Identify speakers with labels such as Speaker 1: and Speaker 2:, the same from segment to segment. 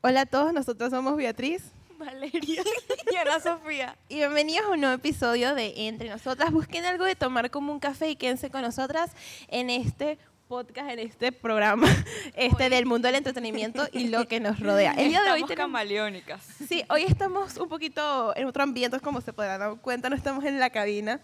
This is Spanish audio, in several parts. Speaker 1: Hola a todos, nosotros somos Beatriz
Speaker 2: Valeria y Ana Sofía.
Speaker 1: y bienvenidos a un nuevo episodio de Entre Nosotras. Busquen algo de tomar como un café y quédense con nosotras en este podcast, en este programa este
Speaker 2: Hoy-
Speaker 1: del mundo del entretenimiento y lo que nos rodea. El día de hoy
Speaker 2: Estamos
Speaker 1: tenemos-
Speaker 2: camaleónicas.
Speaker 1: Sí, hoy estamos un poquito en otro ambiente, como se podrán dar cuenta, no estamos en la cabina.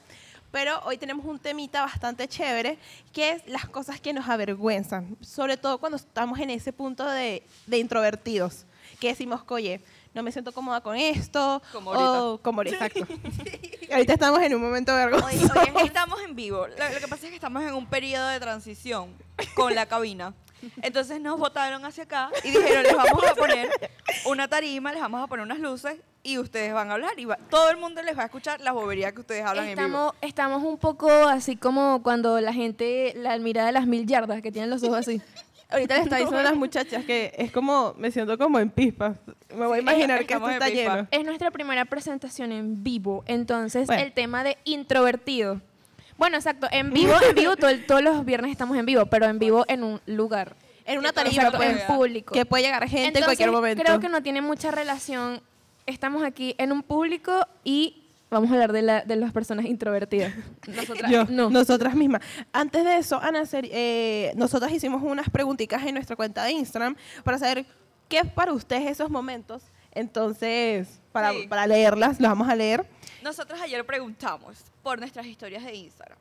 Speaker 1: Pero hoy tenemos un temita bastante chévere, que es las cosas que nos avergüenzan, sobre todo cuando estamos en ese punto de, de introvertidos, que decimos, oye, no me siento cómoda con esto,
Speaker 2: Como
Speaker 1: o como ahorita, exacto. ahorita estamos en un momento
Speaker 2: Hoy,
Speaker 1: vergonzoso.
Speaker 2: hoy es que estamos en vivo. Lo, lo que pasa es que estamos en un periodo de transición con la cabina. Entonces nos votaron hacia acá y dijeron, les vamos a poner una tarima, les vamos a poner unas luces y ustedes van a hablar. Y va- todo el mundo les va a escuchar las boberías que ustedes hablan en vivo.
Speaker 3: Estamos, estamos un poco así como cuando la gente, la mirada de las mil yardas, que tienen los ojos así.
Speaker 1: Ahorita le está diciendo a las muchachas que es como, me siento como en pispas. Me voy a imaginar que esto
Speaker 2: estamos en
Speaker 1: está
Speaker 2: pispa.
Speaker 1: lleno.
Speaker 3: Es nuestra primera presentación en vivo, entonces
Speaker 1: Bueno.
Speaker 3: el tema de introvertido. Bueno, exacto, en vivo, en vivo, todo el- todos los viernes estamos en vivo, pero en vivo en un lugar.
Speaker 1: En una
Speaker 2: Que todo el
Speaker 1: tarima,
Speaker 2: mundo
Speaker 1: pues,
Speaker 2: vea.
Speaker 3: Público.
Speaker 1: que puede llegar gente en cualquier momento.
Speaker 3: creo que no tiene mucha relación. Estamos aquí en un público y vamos a hablar de, la, de las personas introvertidas. Nosotras,
Speaker 1: Yo,
Speaker 3: no.
Speaker 1: Nosotras mismas. Antes de eso, Ana, ser- eh, nosotras hicimos unas preguntitas en nuestra cuenta de Instagram para saber qué es para ustedes esos momentos. Entonces, para,
Speaker 2: Sí.
Speaker 1: para leerlas, las vamos a leer.
Speaker 2: Nosotros ayer preguntamos por nuestras historias de Instagram,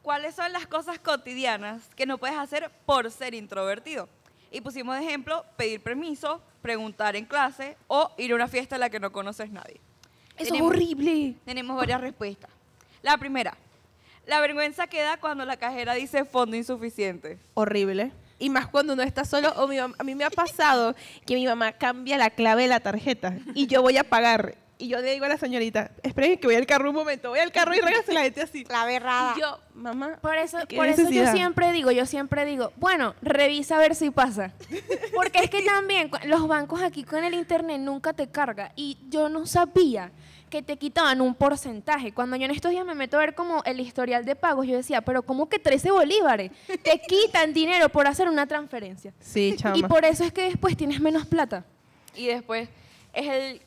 Speaker 2: ¿cuáles son las cosas cotidianas que no puedes hacer por ser introvertido? Y pusimos de ejemplo pedir permiso, preguntar en clase o ir a una fiesta a la que no conoces nadie. Tenemos-
Speaker 1: horrible.
Speaker 2: Tenemos varias respuestas. La primera, la vergüenza queda cuando la cajera dice fondo insuficiente.
Speaker 1: Horrible. Y más cuando uno está solo. O mi mam- a mí me ha pasado que mi mamá cambia la clave de la tarjeta y yo voy a pagar. Y yo le digo a la señorita, esperen que voy al carro un momento, voy al carro y regazo a la gente así.
Speaker 4: La berrada.
Speaker 1: Y yo, mamá.
Speaker 3: Por eso,
Speaker 1: ¿Qué
Speaker 3: por eso yo
Speaker 1: necesidad?
Speaker 3: siempre digo, yo siempre digo, bueno, revisa a ver si pasa. Porque es que también cu- los bancos aquí con el internet nunca te carga. Y yo no sabía que te quitaban un porcentaje. Cuando yo en estos días me meto a ver como el historial de pagos, yo decía, pero ¿cómo que 13 bolívares? Te quitan dinero por hacer una transferencia.
Speaker 1: Sí, chama.
Speaker 3: Y por eso es que después tienes menos plata.
Speaker 2: Y después es el,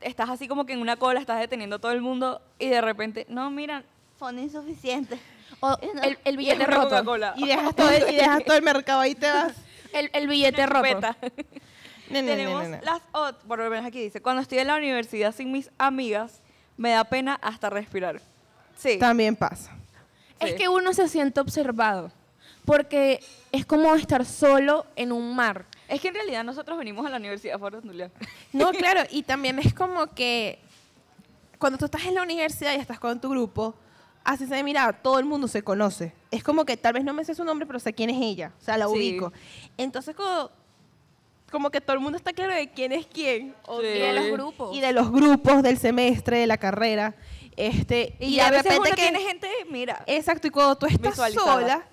Speaker 2: estás así como que en una cola, estás deteniendo a todo el mundo y de repente, no, mira,
Speaker 4: Fondo insuficiente.
Speaker 3: O el, el
Speaker 2: y es
Speaker 3: billete
Speaker 2: una
Speaker 3: roto.
Speaker 2: Coca-Cola.
Speaker 1: Y dejas, todo el, y dejas todo el mercado ahí te vas.
Speaker 3: El, el billete roto.
Speaker 2: Peta. Tenemos las ot- por lo menos aquí dice, cuando estoy en la universidad sin mis amigas, me da pena hasta respirar. Sí.
Speaker 1: También pasa.
Speaker 3: Es
Speaker 2: Sí.
Speaker 3: que uno se siente observado, porque es como estar solo en un mar.
Speaker 2: Es que en realidad nosotros venimos a la universidad por Honduras.
Speaker 1: No, claro, y también es como que cuando tú estás en la universidad y estás con tu grupo, así se mira, todo el mundo se conoce. Es como que tal vez no me sé su nombre, pero sé quién es ella, o sea, la
Speaker 2: Sí.
Speaker 1: ubico. Entonces como, como que todo el mundo está claro de quién es quién. o
Speaker 2: Sí.
Speaker 3: Y
Speaker 1: de-
Speaker 3: de los grupos.
Speaker 1: Y de los grupos del semestre, de la carrera. Este,
Speaker 2: Y, a veces uno tiene gente, mira,
Speaker 1: Exacto, y cuando tú estás
Speaker 2: Visualizada.
Speaker 1: sola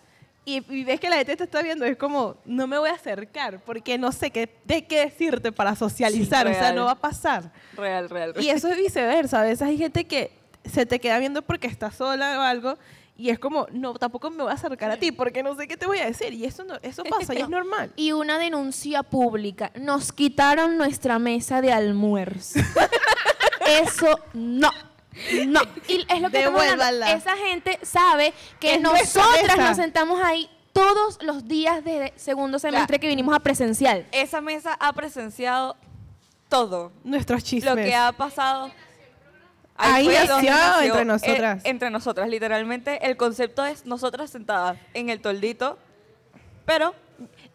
Speaker 1: y, y ves que la gente te está viendo, es como, no me voy a acercar porque no sé qué, de qué decirte para socializar,
Speaker 2: Sí,
Speaker 1: o sea,
Speaker 2: real.
Speaker 1: no va a pasar.
Speaker 2: real, real.
Speaker 1: Y eso es viceversa, a veces hay gente que se te queda viendo porque está sola o algo y es como, no, tampoco me voy a acercar a ti porque no sé qué te voy a decir y eso, no, eso pasa y es normal.
Speaker 3: Y una denuncia pública. Nos quitaron nuestra mesa de almuerzo. Eso no. No. Y es lo que estamos hablando.
Speaker 1: Devuélvala.
Speaker 3: Esa gente sabe que
Speaker 1: Es nuestra
Speaker 3: nosotras
Speaker 1: mesa.
Speaker 3: nos sentamos ahí todos los días de segundo semestre que vinimos a presencial.
Speaker 2: Esa mesa ha presenciado todo
Speaker 1: Nuestros chismes.
Speaker 2: lo que ha pasado.
Speaker 1: Ahí
Speaker 2: fue
Speaker 1: nació
Speaker 2: donde
Speaker 1: entre
Speaker 2: eh,
Speaker 1: nosotras.
Speaker 2: entre nosotras, literalmente. El concepto es nosotras sentadas en el toldito, pero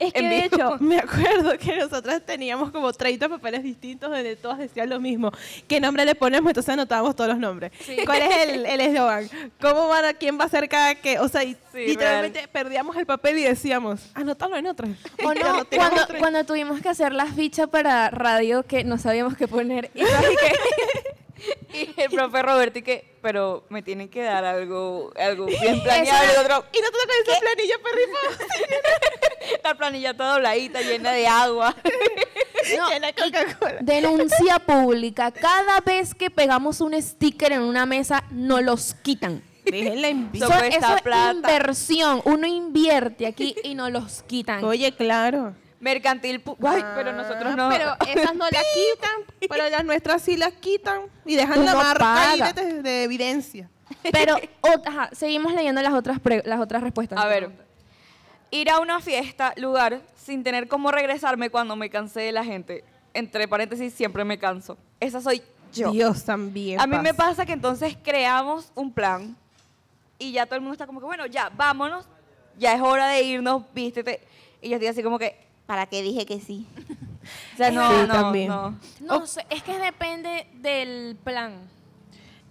Speaker 1: Es que
Speaker 2: en
Speaker 1: de
Speaker 2: vivo.
Speaker 1: hecho, me acuerdo que nosotras teníamos como 30 papeles distintos donde todas decían lo mismo. ¿Qué nombre le ponemos? Entonces anotábamos todos los nombres. ¿Cuál es el el eslogan? ¿Cómo van a quién va a ser cada que? O sea, y literalmente perdíamos el papel y decíamos, anótalo en otro.
Speaker 3: O
Speaker 1: Y
Speaker 3: no,
Speaker 1: anotamos
Speaker 3: cuando,
Speaker 1: otro.
Speaker 3: cuando tuvimos que hacer las fichas para radio que no sabíamos qué poner. Y casi
Speaker 2: Y el profe Roberto y que, pero me tienen que dar algo, algo bien
Speaker 1: Eso
Speaker 2: planeado.
Speaker 1: era-
Speaker 2: Y el otro,
Speaker 1: Y nosotros con esa planilla perrifada.
Speaker 2: la planilla toda dobladita, llena de agua.
Speaker 3: que- no,
Speaker 1: llena de Coca-Cola.
Speaker 3: Denuncia pública. Cada vez que pegamos un sticker en una mesa, no los quitan.
Speaker 1: Déjenla en
Speaker 2: Eso
Speaker 3: Son-
Speaker 2: cuesta
Speaker 3: eso es
Speaker 2: plata.
Speaker 3: inversión. Uno invierte aquí y no los quitan. Ah,
Speaker 1: Oye, claro.
Speaker 2: Mercantil. pu- Ay, pero nosotros no.
Speaker 1: Pero esas no las quitan, pero las nuestras sí las quitan y dejan
Speaker 3: Tú
Speaker 1: la
Speaker 3: no
Speaker 1: marca ahí
Speaker 3: pagas.
Speaker 1: de, te- de evidencia.
Speaker 3: Pero, o- ajá, seguimos leyendo las otras, pre- las otras respuestas.
Speaker 2: A ver. Ir a una fiesta, lugar, sin tener cómo regresarme cuando me cansé de la gente. Entre paréntesis, siempre me canso. Esa soy yo.
Speaker 1: Dios también.
Speaker 2: A mí me pasa que entonces creamos un plan y ya todo el mundo está como que, bueno, ya, vámonos, ya es hora de irnos, vístete. Y yo estoy así como que, ¿para qué dije que sí? O sea, no,
Speaker 1: Sí,
Speaker 2: no,
Speaker 1: también.
Speaker 2: no.
Speaker 3: No
Speaker 1: O-
Speaker 3: sé, es que depende del plan.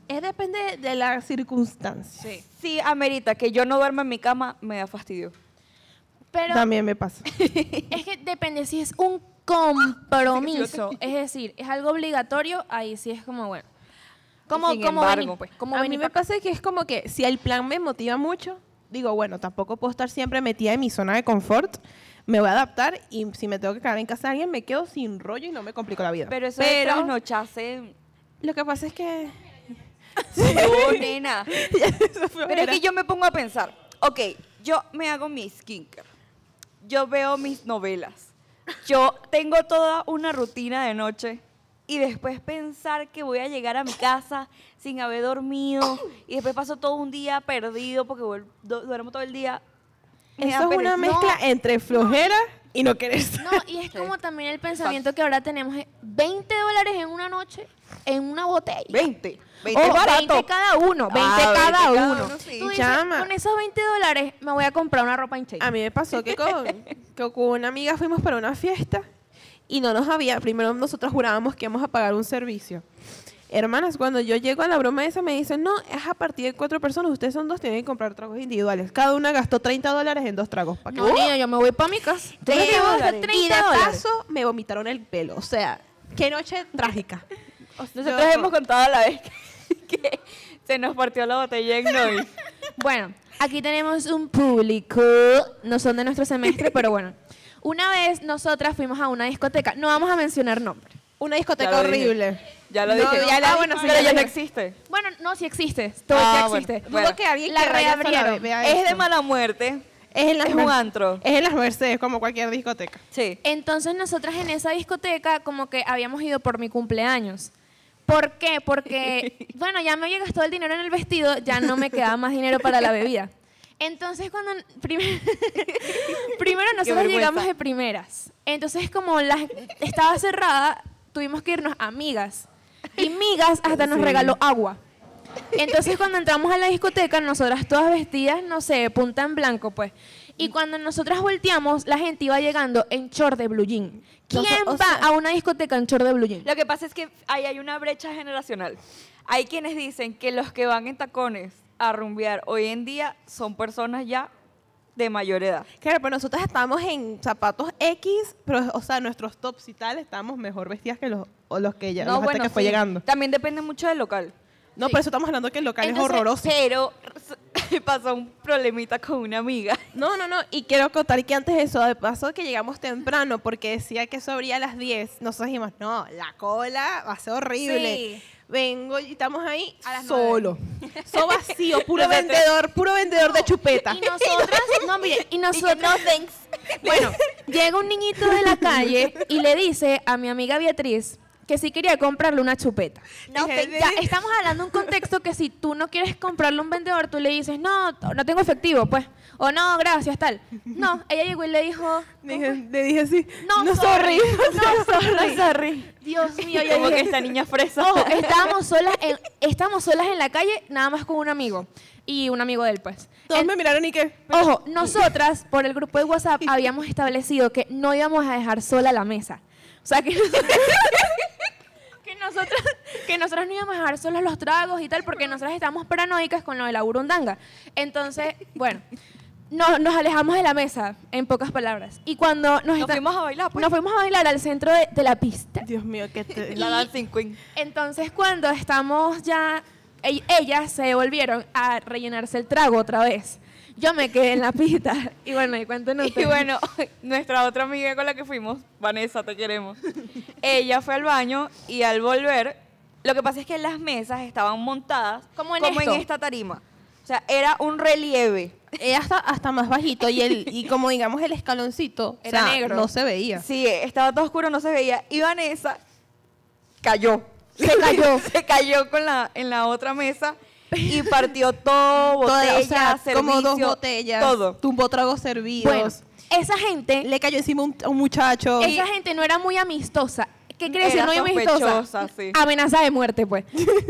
Speaker 1: Es depende de la circunstancia.
Speaker 2: Sí. amerita que yo no duerma en mi cama, me da fastidio.
Speaker 3: Pero
Speaker 1: También me pasa.
Speaker 3: es que depende si es un compromiso, es decir, es algo obligatorio, ahí sí es como bueno. Como,
Speaker 2: Sin
Speaker 3: como
Speaker 2: embargo,
Speaker 3: venir,
Speaker 2: pues,
Speaker 3: como
Speaker 1: a mí
Speaker 3: venir
Speaker 1: me
Speaker 3: pa' acá.
Speaker 1: pasa que es como que si el plan me motiva mucho, digo, bueno, tampoco puedo estar siempre metida en mi zona de confort, me voy a adaptar y si me tengo que quedar en casa de alguien, me quedo sin rollo y no me complico la vida.
Speaker 2: Pero eso de trasnocharse,
Speaker 1: lo que pasa es que...
Speaker 2: no, nena. Pero es que yo me pongo a pensar, ok, yo me hago mi skincare, yo veo mis novelas, yo tengo toda una rutina de noche y después pensar que voy a llegar a mi casa sin haber dormido y después paso todo un día perdido porque vuel- du- duermo todo el día. me da
Speaker 1: Eso es una
Speaker 2: pereza.
Speaker 1: mezcla entre flojera y no querer
Speaker 3: No, y es
Speaker 2: Sí.
Speaker 3: como también el pensamiento que ahora tenemos es 20 dólares en una noche en una botella.
Speaker 2: 20, 20
Speaker 3: O
Speaker 2: es barato.
Speaker 3: 20 cada uno, 20
Speaker 2: Ah,
Speaker 3: cada
Speaker 2: 20 cada
Speaker 3: uno.
Speaker 2: uno, sí.
Speaker 3: Tú dices,
Speaker 1: Chama.
Speaker 3: con esos 20 dólares me voy a comprar una ropa en
Speaker 1: A mí me pasó que con, que con una amiga fuimos para una fiesta y no nos había. Primero nosotros jurábamos que íbamos a pagar un servicio. Hermanas, cuando yo llego a la broma esa me dicen, no, es a partir de cuatro personas, ustedes son dos, tienen que comprar tragos individuales. Cada una gastó 30 dólares en dos tragos. ¿Para qué?
Speaker 3: No, niña, yo me voy para mi casa.
Speaker 2: ¿Tú crees que
Speaker 1: Pero-
Speaker 2: vas a gastar
Speaker 1: uh. y
Speaker 3: 30
Speaker 1: de
Speaker 3: dólares?
Speaker 1: paso me vomitaron el pelo. O sea, qué noche trágica.
Speaker 2: Nosotros
Speaker 1: Yo-
Speaker 2: hemos contado la vez que, que se nos partió la botella en Noy.
Speaker 3: Bueno, aquí tenemos un público, no son de nuestro semestre, pero bueno. Una vez nosotras fuimos a una discoteca, no vamos a mencionar nombre.
Speaker 1: Una
Speaker 2: Ya
Speaker 1: discoteca
Speaker 2: lo dije.
Speaker 1: horrible.
Speaker 2: Ya lo
Speaker 1: No,
Speaker 2: dije.
Speaker 1: ya la-
Speaker 2: Ah,
Speaker 1: ah,
Speaker 2: bueno,
Speaker 1: bueno, sí,
Speaker 2: pero
Speaker 1: ya
Speaker 2: ya
Speaker 1: la-
Speaker 2: no existe.
Speaker 3: Bueno, no, sí existe, todo
Speaker 2: Ah,
Speaker 3: ya
Speaker 2: bueno.
Speaker 3: existe.
Speaker 1: Dudo
Speaker 2: Bueno,
Speaker 1: que alguien
Speaker 3: la
Speaker 1: que vaya sola
Speaker 3: reabrieron.
Speaker 1: vea
Speaker 2: Es de
Speaker 1: esto.
Speaker 2: mala muerte.
Speaker 1: es, en las
Speaker 2: es un
Speaker 1: Mer-
Speaker 2: antro.
Speaker 1: Es en las Mercedes, como cualquier discoteca.
Speaker 2: Sí.
Speaker 3: Entonces nosotras en esa discoteca como que habíamos ido por mi cumpleaños. ¿Por qué? Porque, bueno, ya me había gastado el dinero en el vestido, ya no me quedaba más dinero para la bebida. Entonces cuando... prim- primero nosotros
Speaker 2: vergüenza.
Speaker 3: llegamos de primeras. Entonces como la, estaba cerrada, tuvimos que irnos amigas. Y migas hasta nos regaló agua. Entonces cuando entramos a la discoteca, nosotras todas vestidas, no sé, punta en blanco, pues. Y cuando nosotras volteamos, la gente iba llegando en short de blue jean. ¿Quién
Speaker 1: Noso- o
Speaker 3: va
Speaker 1: sea-
Speaker 3: a una discoteca en short de blue jean?
Speaker 2: Lo que pasa es que ahí hay una brecha generacional. Hay quienes dicen que los que van en tacones a rumbear hoy en día son personas ya de mayor edad.
Speaker 1: Claro, pero nosotros estábamos en zapatos X, pero, o sea, nuestros tops y tal, estábamos mejor vestidas que los, o los que ya, los hasta que fue
Speaker 2: sí.
Speaker 1: llegando.
Speaker 2: También depende mucho del local.
Speaker 1: No,
Speaker 3: Sí. eh,
Speaker 1: por eso estamos hablando que el local
Speaker 2: Entonces,
Speaker 1: es horroroso.
Speaker 2: Pero pasó un problemita con una amiga.
Speaker 1: No, no, no, y quiero contar que antes de eso, de paso que llegamos temprano, porque decía que eso abría a las 10, nosotros dijimos, no, la cola va a ser horrible.
Speaker 3: Sí.
Speaker 1: Vengo y estamos ahí
Speaker 2: A las nueve.
Speaker 1: solo. So vacío, puro
Speaker 2: Nosotros-
Speaker 1: vendedor, puro vendedor de chupeta.
Speaker 3: Y nosotras, no, mire, y nosotras, bueno, llega un niñito de la calle y le dice a mi amiga Beatriz que sí quería comprarle una chupeta.
Speaker 1: No,
Speaker 3: Dije,
Speaker 1: thanks.
Speaker 3: ya, estamos hablando de un contexto que si tú no quieres comprarle a un vendedor, tú le dices, no, t- no tengo efectivo, pues, o no, gracias, tal. No, ella llegó y le dijo,
Speaker 1: Dije- le dije así,
Speaker 3: no, sorry, no, sorry. Dios mío, yo
Speaker 2: Como que
Speaker 3: dije,
Speaker 2: esta niña fresa.
Speaker 3: Ojo, estábamos solas, en, estábamos solas en la calle, nada más con un amigo. Y un amigo de él, pues.
Speaker 1: Todos
Speaker 3: En-
Speaker 1: me miraron y que...
Speaker 3: Ojo, nosotras, por el grupo de WhatsApp, habíamos establecido que no íbamos a dejar sola la mesa. O sea, que, que, nosotras, que nosotras no íbamos a dejar solos los tragos y tal, porque nosotras estábamos paranoicas con lo de la burundanga. Entonces, bueno, no, nos alejamos de la mesa, en pocas palabras. Y cuando nos,
Speaker 2: Nos
Speaker 3: esta-
Speaker 2: fuimos a bailar, pues.
Speaker 3: nos fuimos a bailar al centro de, de la pista,
Speaker 1: Dios mío, que te...
Speaker 2: La dancing queen.
Speaker 3: entonces, cuando estamos ya, ell- ellas se volvieron a rellenarse el trago otra vez. Yo me quedé en la pista. Y bueno, y cuéntenos.
Speaker 2: Y bueno, nuestra otra amiga con la que fuimos, Vanessa, te queremos. Ella fue al baño y al volver, lo que pasa es que las mesas estaban montadas
Speaker 3: Como en
Speaker 2: como en
Speaker 3: esto.
Speaker 2: esta tarima. O sea, era un relieve.
Speaker 1: eh, hasta, hasta más bajito y, el, y como digamos el escaloncito
Speaker 3: Era
Speaker 1: o sea,
Speaker 3: negro.
Speaker 1: no se veía.
Speaker 2: Sí, estaba todo oscuro, no se veía. Y Vanessa cayó.
Speaker 1: Se cayó.
Speaker 2: se cayó con la, en la otra mesa y partió todo, botellas,
Speaker 1: Toda- o sea, como dos
Speaker 2: servicio,
Speaker 1: botellas,
Speaker 2: Todo.
Speaker 1: tumbó tragos servidos,
Speaker 3: Bueno, esa gente,
Speaker 1: le cayó encima un, un muchacho.
Speaker 3: esa gente no era muy amistosa. ¿Qué quiere decir
Speaker 2: Era
Speaker 3: no muy amistosa?
Speaker 2: sospechosa, sí.
Speaker 3: Amenaza de muerte, pues.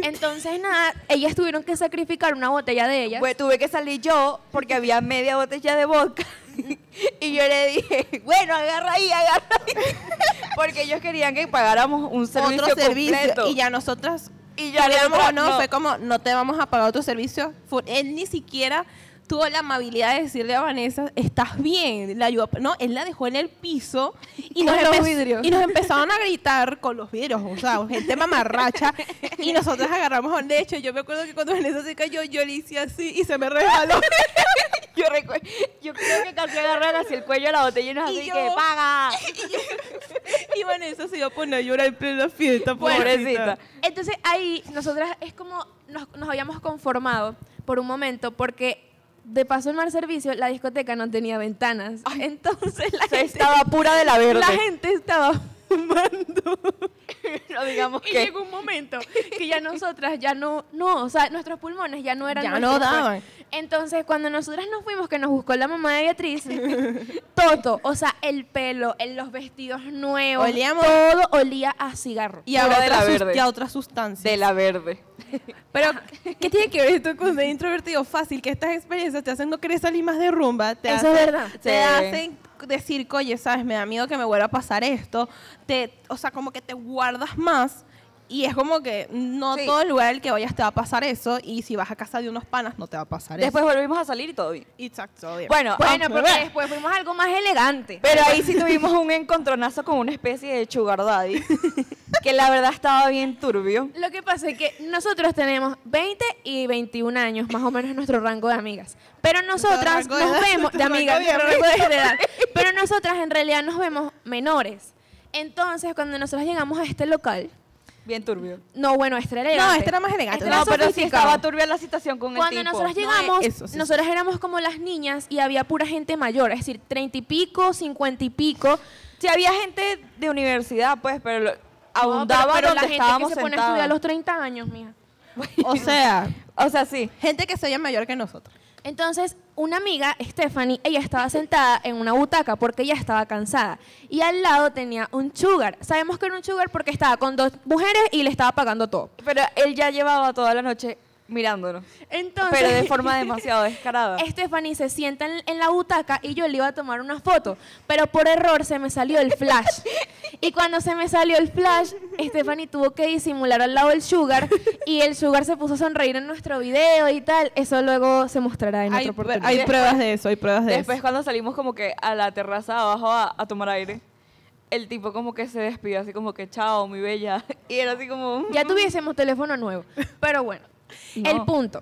Speaker 3: Entonces, nada, ellas tuvieron que sacrificar una botella de ellas.
Speaker 2: Pues, tuve que salir yo porque había media botella de vodka. y yo le dije, bueno, agarra ahí, agarra ahí. porque ellos querían que pagáramos un servicio
Speaker 1: otro servicio
Speaker 2: completo.
Speaker 1: y ya nosotras
Speaker 2: Y ya
Speaker 1: queramos
Speaker 2: nosotras
Speaker 1: o no,
Speaker 2: no.
Speaker 1: fue como no te vamos a pagar otro servicio Fue- él ni siquiera tuvo la amabilidad de decirle a Vanessa estás bien la ayuda no él la dejó en el piso y
Speaker 3: Con
Speaker 1: nos,
Speaker 3: los
Speaker 1: empe-
Speaker 3: vidrios.
Speaker 1: y nos empezaron a gritar con los vidrios o sea gente mamarracha y nosotras agarramos de hecho yo me acuerdo que cuando Vanessa se cayó yo le hice así y se me resbaló
Speaker 2: Yo, recuerdo, yo creo que casi agarran así el cuello a la botella y nos
Speaker 1: Y
Speaker 2: así
Speaker 1: yo-
Speaker 2: que paga.
Speaker 1: y Vanessa se iba a poner a llorar en plena fiesta
Speaker 2: Bueno, pobrecita.
Speaker 3: Pues, Entonces ahí nosotras es como nos, nos habíamos conformado por un momento porque de paso al mal servicio la discoteca no tenía ventanas. Entonces la
Speaker 2: O sea,
Speaker 3: gente
Speaker 2: estaba pura de la verde.
Speaker 3: la gente estaba fumando.
Speaker 2: no digamos
Speaker 3: Y
Speaker 2: que.
Speaker 3: llegó un momento que ya nosotras ya no, no, o sea, nuestros pulmones ya no eran
Speaker 1: Ya
Speaker 3: nuestros,
Speaker 1: no daban.
Speaker 3: pues. Entonces, cuando nosotras nos fuimos, que nos buscó la mamá de Beatriz, todo, o sea, el pelo, el- los vestidos nuevos,
Speaker 1: Olíamos-
Speaker 3: todo olía a cigarro.
Speaker 1: y a
Speaker 2: Pura de la
Speaker 1: otras sus-
Speaker 2: verde.
Speaker 1: y a otras sustancias
Speaker 2: De la verde.
Speaker 1: Pero,
Speaker 3: Ah,
Speaker 1: ¿qué tiene que ver esto con ser introvertido? Fácil, que estas experiencias te hacen no querer salir más de rumba. Te
Speaker 3: Eso
Speaker 1: hacen-
Speaker 3: es verdad.
Speaker 1: Te
Speaker 2: Sí.
Speaker 1: hacen decir, oye, ¿sabes? Me da miedo que me vuelva a pasar esto. Te, o sea, como que te guardas más. Y es como que no
Speaker 2: Sí.
Speaker 1: todo lugar al que vayas te va a pasar eso. Y si vas a casa de unos panas, no te va a pasar
Speaker 2: Después volvimos a salir y todo bien.
Speaker 1: eso. Exacto, obvio.
Speaker 2: Bueno,
Speaker 3: Bueno,
Speaker 2: ah,
Speaker 3: porque después fuimos a algo más elegante.
Speaker 2: pero ahí sí tuvimos un encontronazo con una especie de sugar daddy, que la verdad estaba bien turbio.
Speaker 3: Lo que pasa es que nosotros tenemos 20 y 21 años, más o menos nuestro rango de amigas. Pero nosotras
Speaker 1: rango de
Speaker 3: nos
Speaker 1: edad,
Speaker 3: vemos, de
Speaker 1: nuestro
Speaker 3: amigas,
Speaker 1: rango de
Speaker 3: nuestro rango de edad. Pero nosotras en realidad nos vemos menores. Entonces, cuando nosotros llegamos a este local,
Speaker 2: Bien turbio.
Speaker 3: no, bueno, este era
Speaker 1: no,
Speaker 3: elegante.
Speaker 1: este era más elegante.
Speaker 3: Este
Speaker 1: No,
Speaker 2: No, pero sí
Speaker 3: sofisticado.
Speaker 2: estaba turbia la situación con
Speaker 3: Cuando
Speaker 2: el tipo.
Speaker 3: nosotras
Speaker 1: No,
Speaker 3: llegamos,
Speaker 1: eso, sí,
Speaker 3: nosotras éramos como las niñas y había pura gente mayor, es decir, 30 y pico, 50 y pico.
Speaker 2: Sí, había gente de universidad, pues, pero lo- abundaba
Speaker 3: No, pero, pero
Speaker 2: donde
Speaker 3: la gente
Speaker 2: estábamos
Speaker 3: que se pone a
Speaker 2: sentadas.
Speaker 3: estudiar a los 30 años, mija.
Speaker 1: o sea,
Speaker 2: O sea, sí.
Speaker 1: gente que se oye mayor que nosotros.
Speaker 3: Entonces, una amiga, Stephanie, ella estaba sentada en una butaca porque ella estaba cansada. Y al lado tenía un sugar. Sabemos que era un sugar porque estaba con dos mujeres y le estaba pagando todo.
Speaker 2: Pero él ya llevaba toda la noche mirándonos.
Speaker 3: Entonces,
Speaker 2: pero de forma demasiado descarada.
Speaker 3: Stephanie se sienta en, en la butaca y yo le iba a tomar una foto. Pero por error se me salió el flash. Y cuando se me salió el flash, Stephanie tuvo que disimular al lado del sugar. Y el sugar se puso a sonreír en nuestro video y tal. Eso luego se mostrará en
Speaker 1: Hay,
Speaker 3: otra oportunidad.
Speaker 1: hay pruebas de eso, hay pruebas de
Speaker 2: Después
Speaker 1: eso.
Speaker 2: cuando salimos como que a la terraza de abajo a, a tomar aire, el tipo como que se despidió así como que chao, mi bella. Y era así como... "Mm".
Speaker 3: Ya tuviésemos teléfono nuevo. Pero bueno,
Speaker 2: No.
Speaker 3: el punto.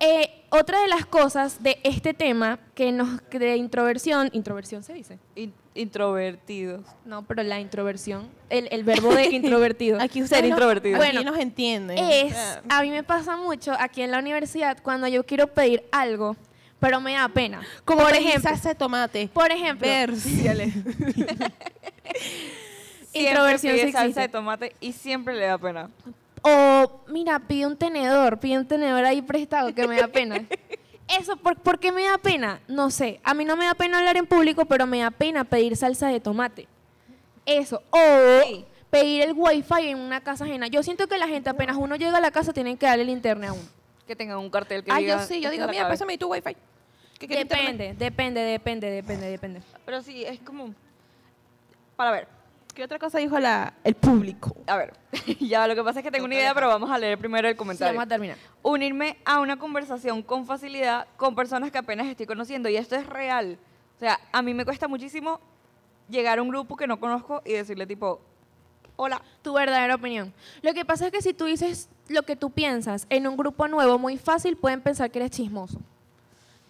Speaker 3: Eh, otra de las cosas de este tema que nos que de introversión, introversión se dice.
Speaker 2: In- introvertidos.
Speaker 3: No, pero la introversión, el, el verbo de introvertido.
Speaker 1: Aquí
Speaker 2: ser
Speaker 1: ustedes no-
Speaker 2: introvertido.
Speaker 1: Aquí
Speaker 3: Bueno,
Speaker 1: nos entienden. Ah.
Speaker 3: Es,
Speaker 1: O sea,
Speaker 3: a mí me pasa mucho aquí en la universidad cuando yo quiero pedir algo, pero me da pena.
Speaker 1: Como
Speaker 3: por
Speaker 1: por
Speaker 3: ejemplo,
Speaker 1: ejemplo, ese tomate.
Speaker 3: por ejemplo,
Speaker 1: Vérciale.
Speaker 3: Introversión
Speaker 2: Siempre
Speaker 3: sí
Speaker 2: pide salsa
Speaker 3: existe.
Speaker 2: de tomate y siempre le da pena.
Speaker 3: O, mira, pide un tenedor, pide un tenedor ahí prestado, que me da pena. Eso, ¿por, por qué me da pena? No sé. A mí no me da pena hablar en público, pero me da pena pedir salsa de tomate. Eso. O
Speaker 2: Sí.
Speaker 3: pedir el wifi en una casa ajena. Yo siento que la gente, apenas uno llega a la casa, tienen que darle el internet a uno.
Speaker 2: Que tengan un cartel que
Speaker 1: Ah,
Speaker 2: diga...
Speaker 1: yo sí, yo
Speaker 2: "Esta es
Speaker 1: digo,
Speaker 2: la
Speaker 1: mira,
Speaker 2: cabeza".
Speaker 1: pásame tu wifi. Que quiero internet.
Speaker 3: Depende, depende, depende, depende, depende.
Speaker 2: Pero sí, es como... Para ver,
Speaker 1: ¿Qué otra cosa dijo la, el público?
Speaker 2: a ver. ya, lo que pasa es que tengo una idea, pero vamos a leer primero el
Speaker 3: Sí,
Speaker 2: comentario.
Speaker 3: vamos a terminar.
Speaker 2: unirme a una conversación con facilidad con personas que apenas estoy conociendo. Y esto es real. O sea, a mí me cuesta muchísimo llegar a un grupo que no conozco y decirle tipo, hola.
Speaker 3: Tu verdadera opinión. Lo que pasa es que si tú dices lo que tú piensas en un grupo nuevo, muy fácil pueden pensar que eres chismoso.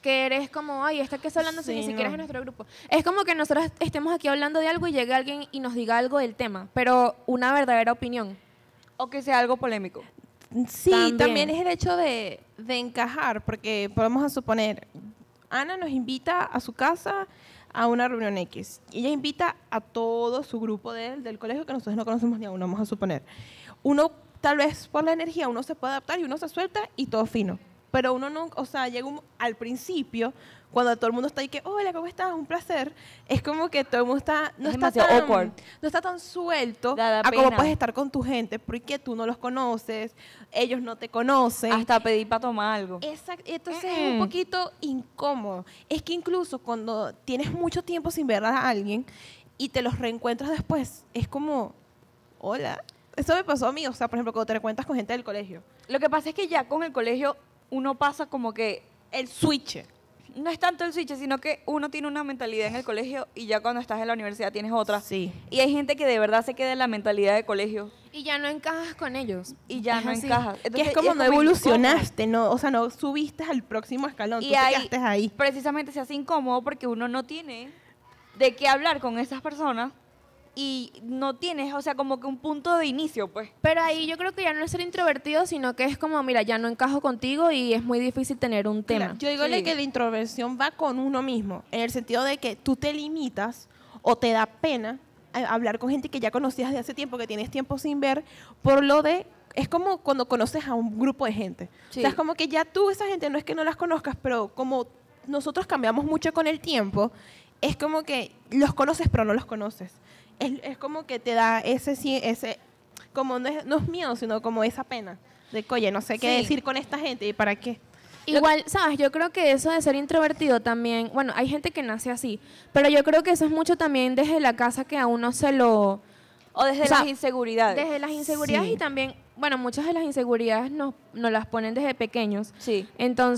Speaker 3: Que eres como, ay, esta que está hablando si ni
Speaker 1: Sí,
Speaker 3: siquiera es
Speaker 1: no.
Speaker 3: de nuestro grupo. Es como que nosotros estemos aquí hablando de algo y llegue alguien y nos diga algo del tema, pero una verdadera opinión.
Speaker 2: O que sea algo polémico.
Speaker 1: Sí,
Speaker 3: También.
Speaker 1: también, es el hecho de, de encajar, porque podemos a suponer, Ana nos invita a su casa a una reunión X. Ella invita a todo su grupo del, del colegio que nosotros no conocemos ni aún, vamos a suponer. Uno, tal vez por la energía, uno se puede adaptar y uno se suelta y todo fino. Pero uno no, o sea, llega un- al principio, cuando todo el mundo está ahí que, hola, ¿cómo estás? Un placer. Es como que todo el mundo está, no,
Speaker 2: Es
Speaker 1: está,
Speaker 2: demasiado
Speaker 1: tan,
Speaker 2: awkward.
Speaker 1: no está tan suelto
Speaker 2: Da- da
Speaker 1: a cómo
Speaker 2: pena.
Speaker 1: puedes estar con tu gente, porque tú no los conoces, ellos no te conocen.
Speaker 2: Hasta pedí para tomar algo.
Speaker 1: Exacto, entonces es un
Speaker 2: Mm-mm.
Speaker 1: poquito incómodo. Es que incluso cuando tienes mucho tiempo sin ver a alguien y te los reencuentras después, es como, hola. Eso me pasó a mí, o sea, por ejemplo, cuando te reencuentras con gente del colegio.
Speaker 2: Lo que pasa es que ya con el colegio uno pasa como que
Speaker 1: El switch.
Speaker 2: no es tanto el switch, sino que uno tiene una mentalidad en el colegio y ya cuando estás en la universidad tienes otra.
Speaker 1: Sí.
Speaker 2: Y hay gente que de verdad se queda en la mentalidad de colegio
Speaker 3: Y ya no encajas con ellos.
Speaker 2: y ya
Speaker 3: Es
Speaker 2: no
Speaker 3: así.
Speaker 2: encaja.
Speaker 1: Que es
Speaker 2: Entonces, ya
Speaker 1: como no
Speaker 2: incómodo.
Speaker 1: evolucionaste, no, o sea, no subiste al próximo escalón, tú
Speaker 2: Y
Speaker 1: te
Speaker 2: ahí-
Speaker 1: quedaste ahí.
Speaker 2: Precisamente se hace incómodo porque uno no tiene de qué hablar con esas personas y no tienes, o sea, como que un punto de inicio, pues.
Speaker 3: Pero ahí yo creo que ya no es ser introvertido, sino que es como, mira, ya no encajo contigo y es muy difícil tener un tema.
Speaker 1: Mira, yo digo
Speaker 2: Sí.
Speaker 1: que la introversión va con uno mismo, en el sentido de que tú te limitas o te da pena a- hablar con gente que ya conocías de hace tiempo, que tienes tiempo sin ver, por lo de... Es como cuando conoces a un grupo de gente. O
Speaker 2: Sí.
Speaker 1: sea, es como que ya tú, esa gente, no es que no las conozcas, pero como nosotros cambiamos mucho con el tiempo, es como que los conoces, pero no los conoces. Es, es como que te da ese... sí- ese como no es, no es miedo, sino como esa pena de que, oye, no sé qué
Speaker 2: Sí.
Speaker 1: decir con esta gente y para qué.
Speaker 3: Igual, ¿sabes? Yo creo que eso de ser introvertido también, bueno, hay gente que nace así, pero yo creo que eso es mucho también desde la casa que a uno se lo...
Speaker 2: O desde
Speaker 3: O sea,
Speaker 2: las inseguridades.
Speaker 3: Desde las inseguridades
Speaker 1: Sí.
Speaker 3: y también, bueno, muchas de las inseguridades nos, nos las ponen desde pequeños.
Speaker 2: Sí.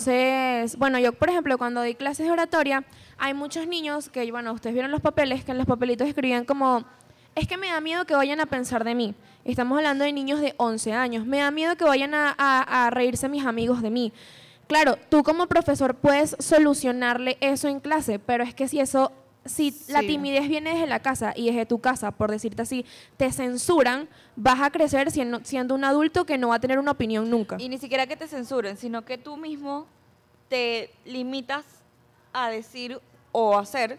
Speaker 3: Entonces, bueno, yo, por ejemplo, cuando di clases de oratoria, hay muchos niños que, bueno, ustedes vieron los papeles, que en los papelitos escribían como, es que me da miedo que vayan a pensar de mí. Estamos hablando de niños de 11 años. Me da miedo que vayan a, a- a reírse mis amigos de mí. Claro, tú como profesor puedes solucionarle eso en clase, pero es que si eso, si la
Speaker 1: Sí.
Speaker 3: timidez viene desde la casa y desde tu casa, por decirte así, te censuran, vas a crecer siendo, siendo un adulto que no va a tener una opinión nunca.
Speaker 2: Y ni siquiera que te censuren, sino que tú mismo te limitas a decir o hacer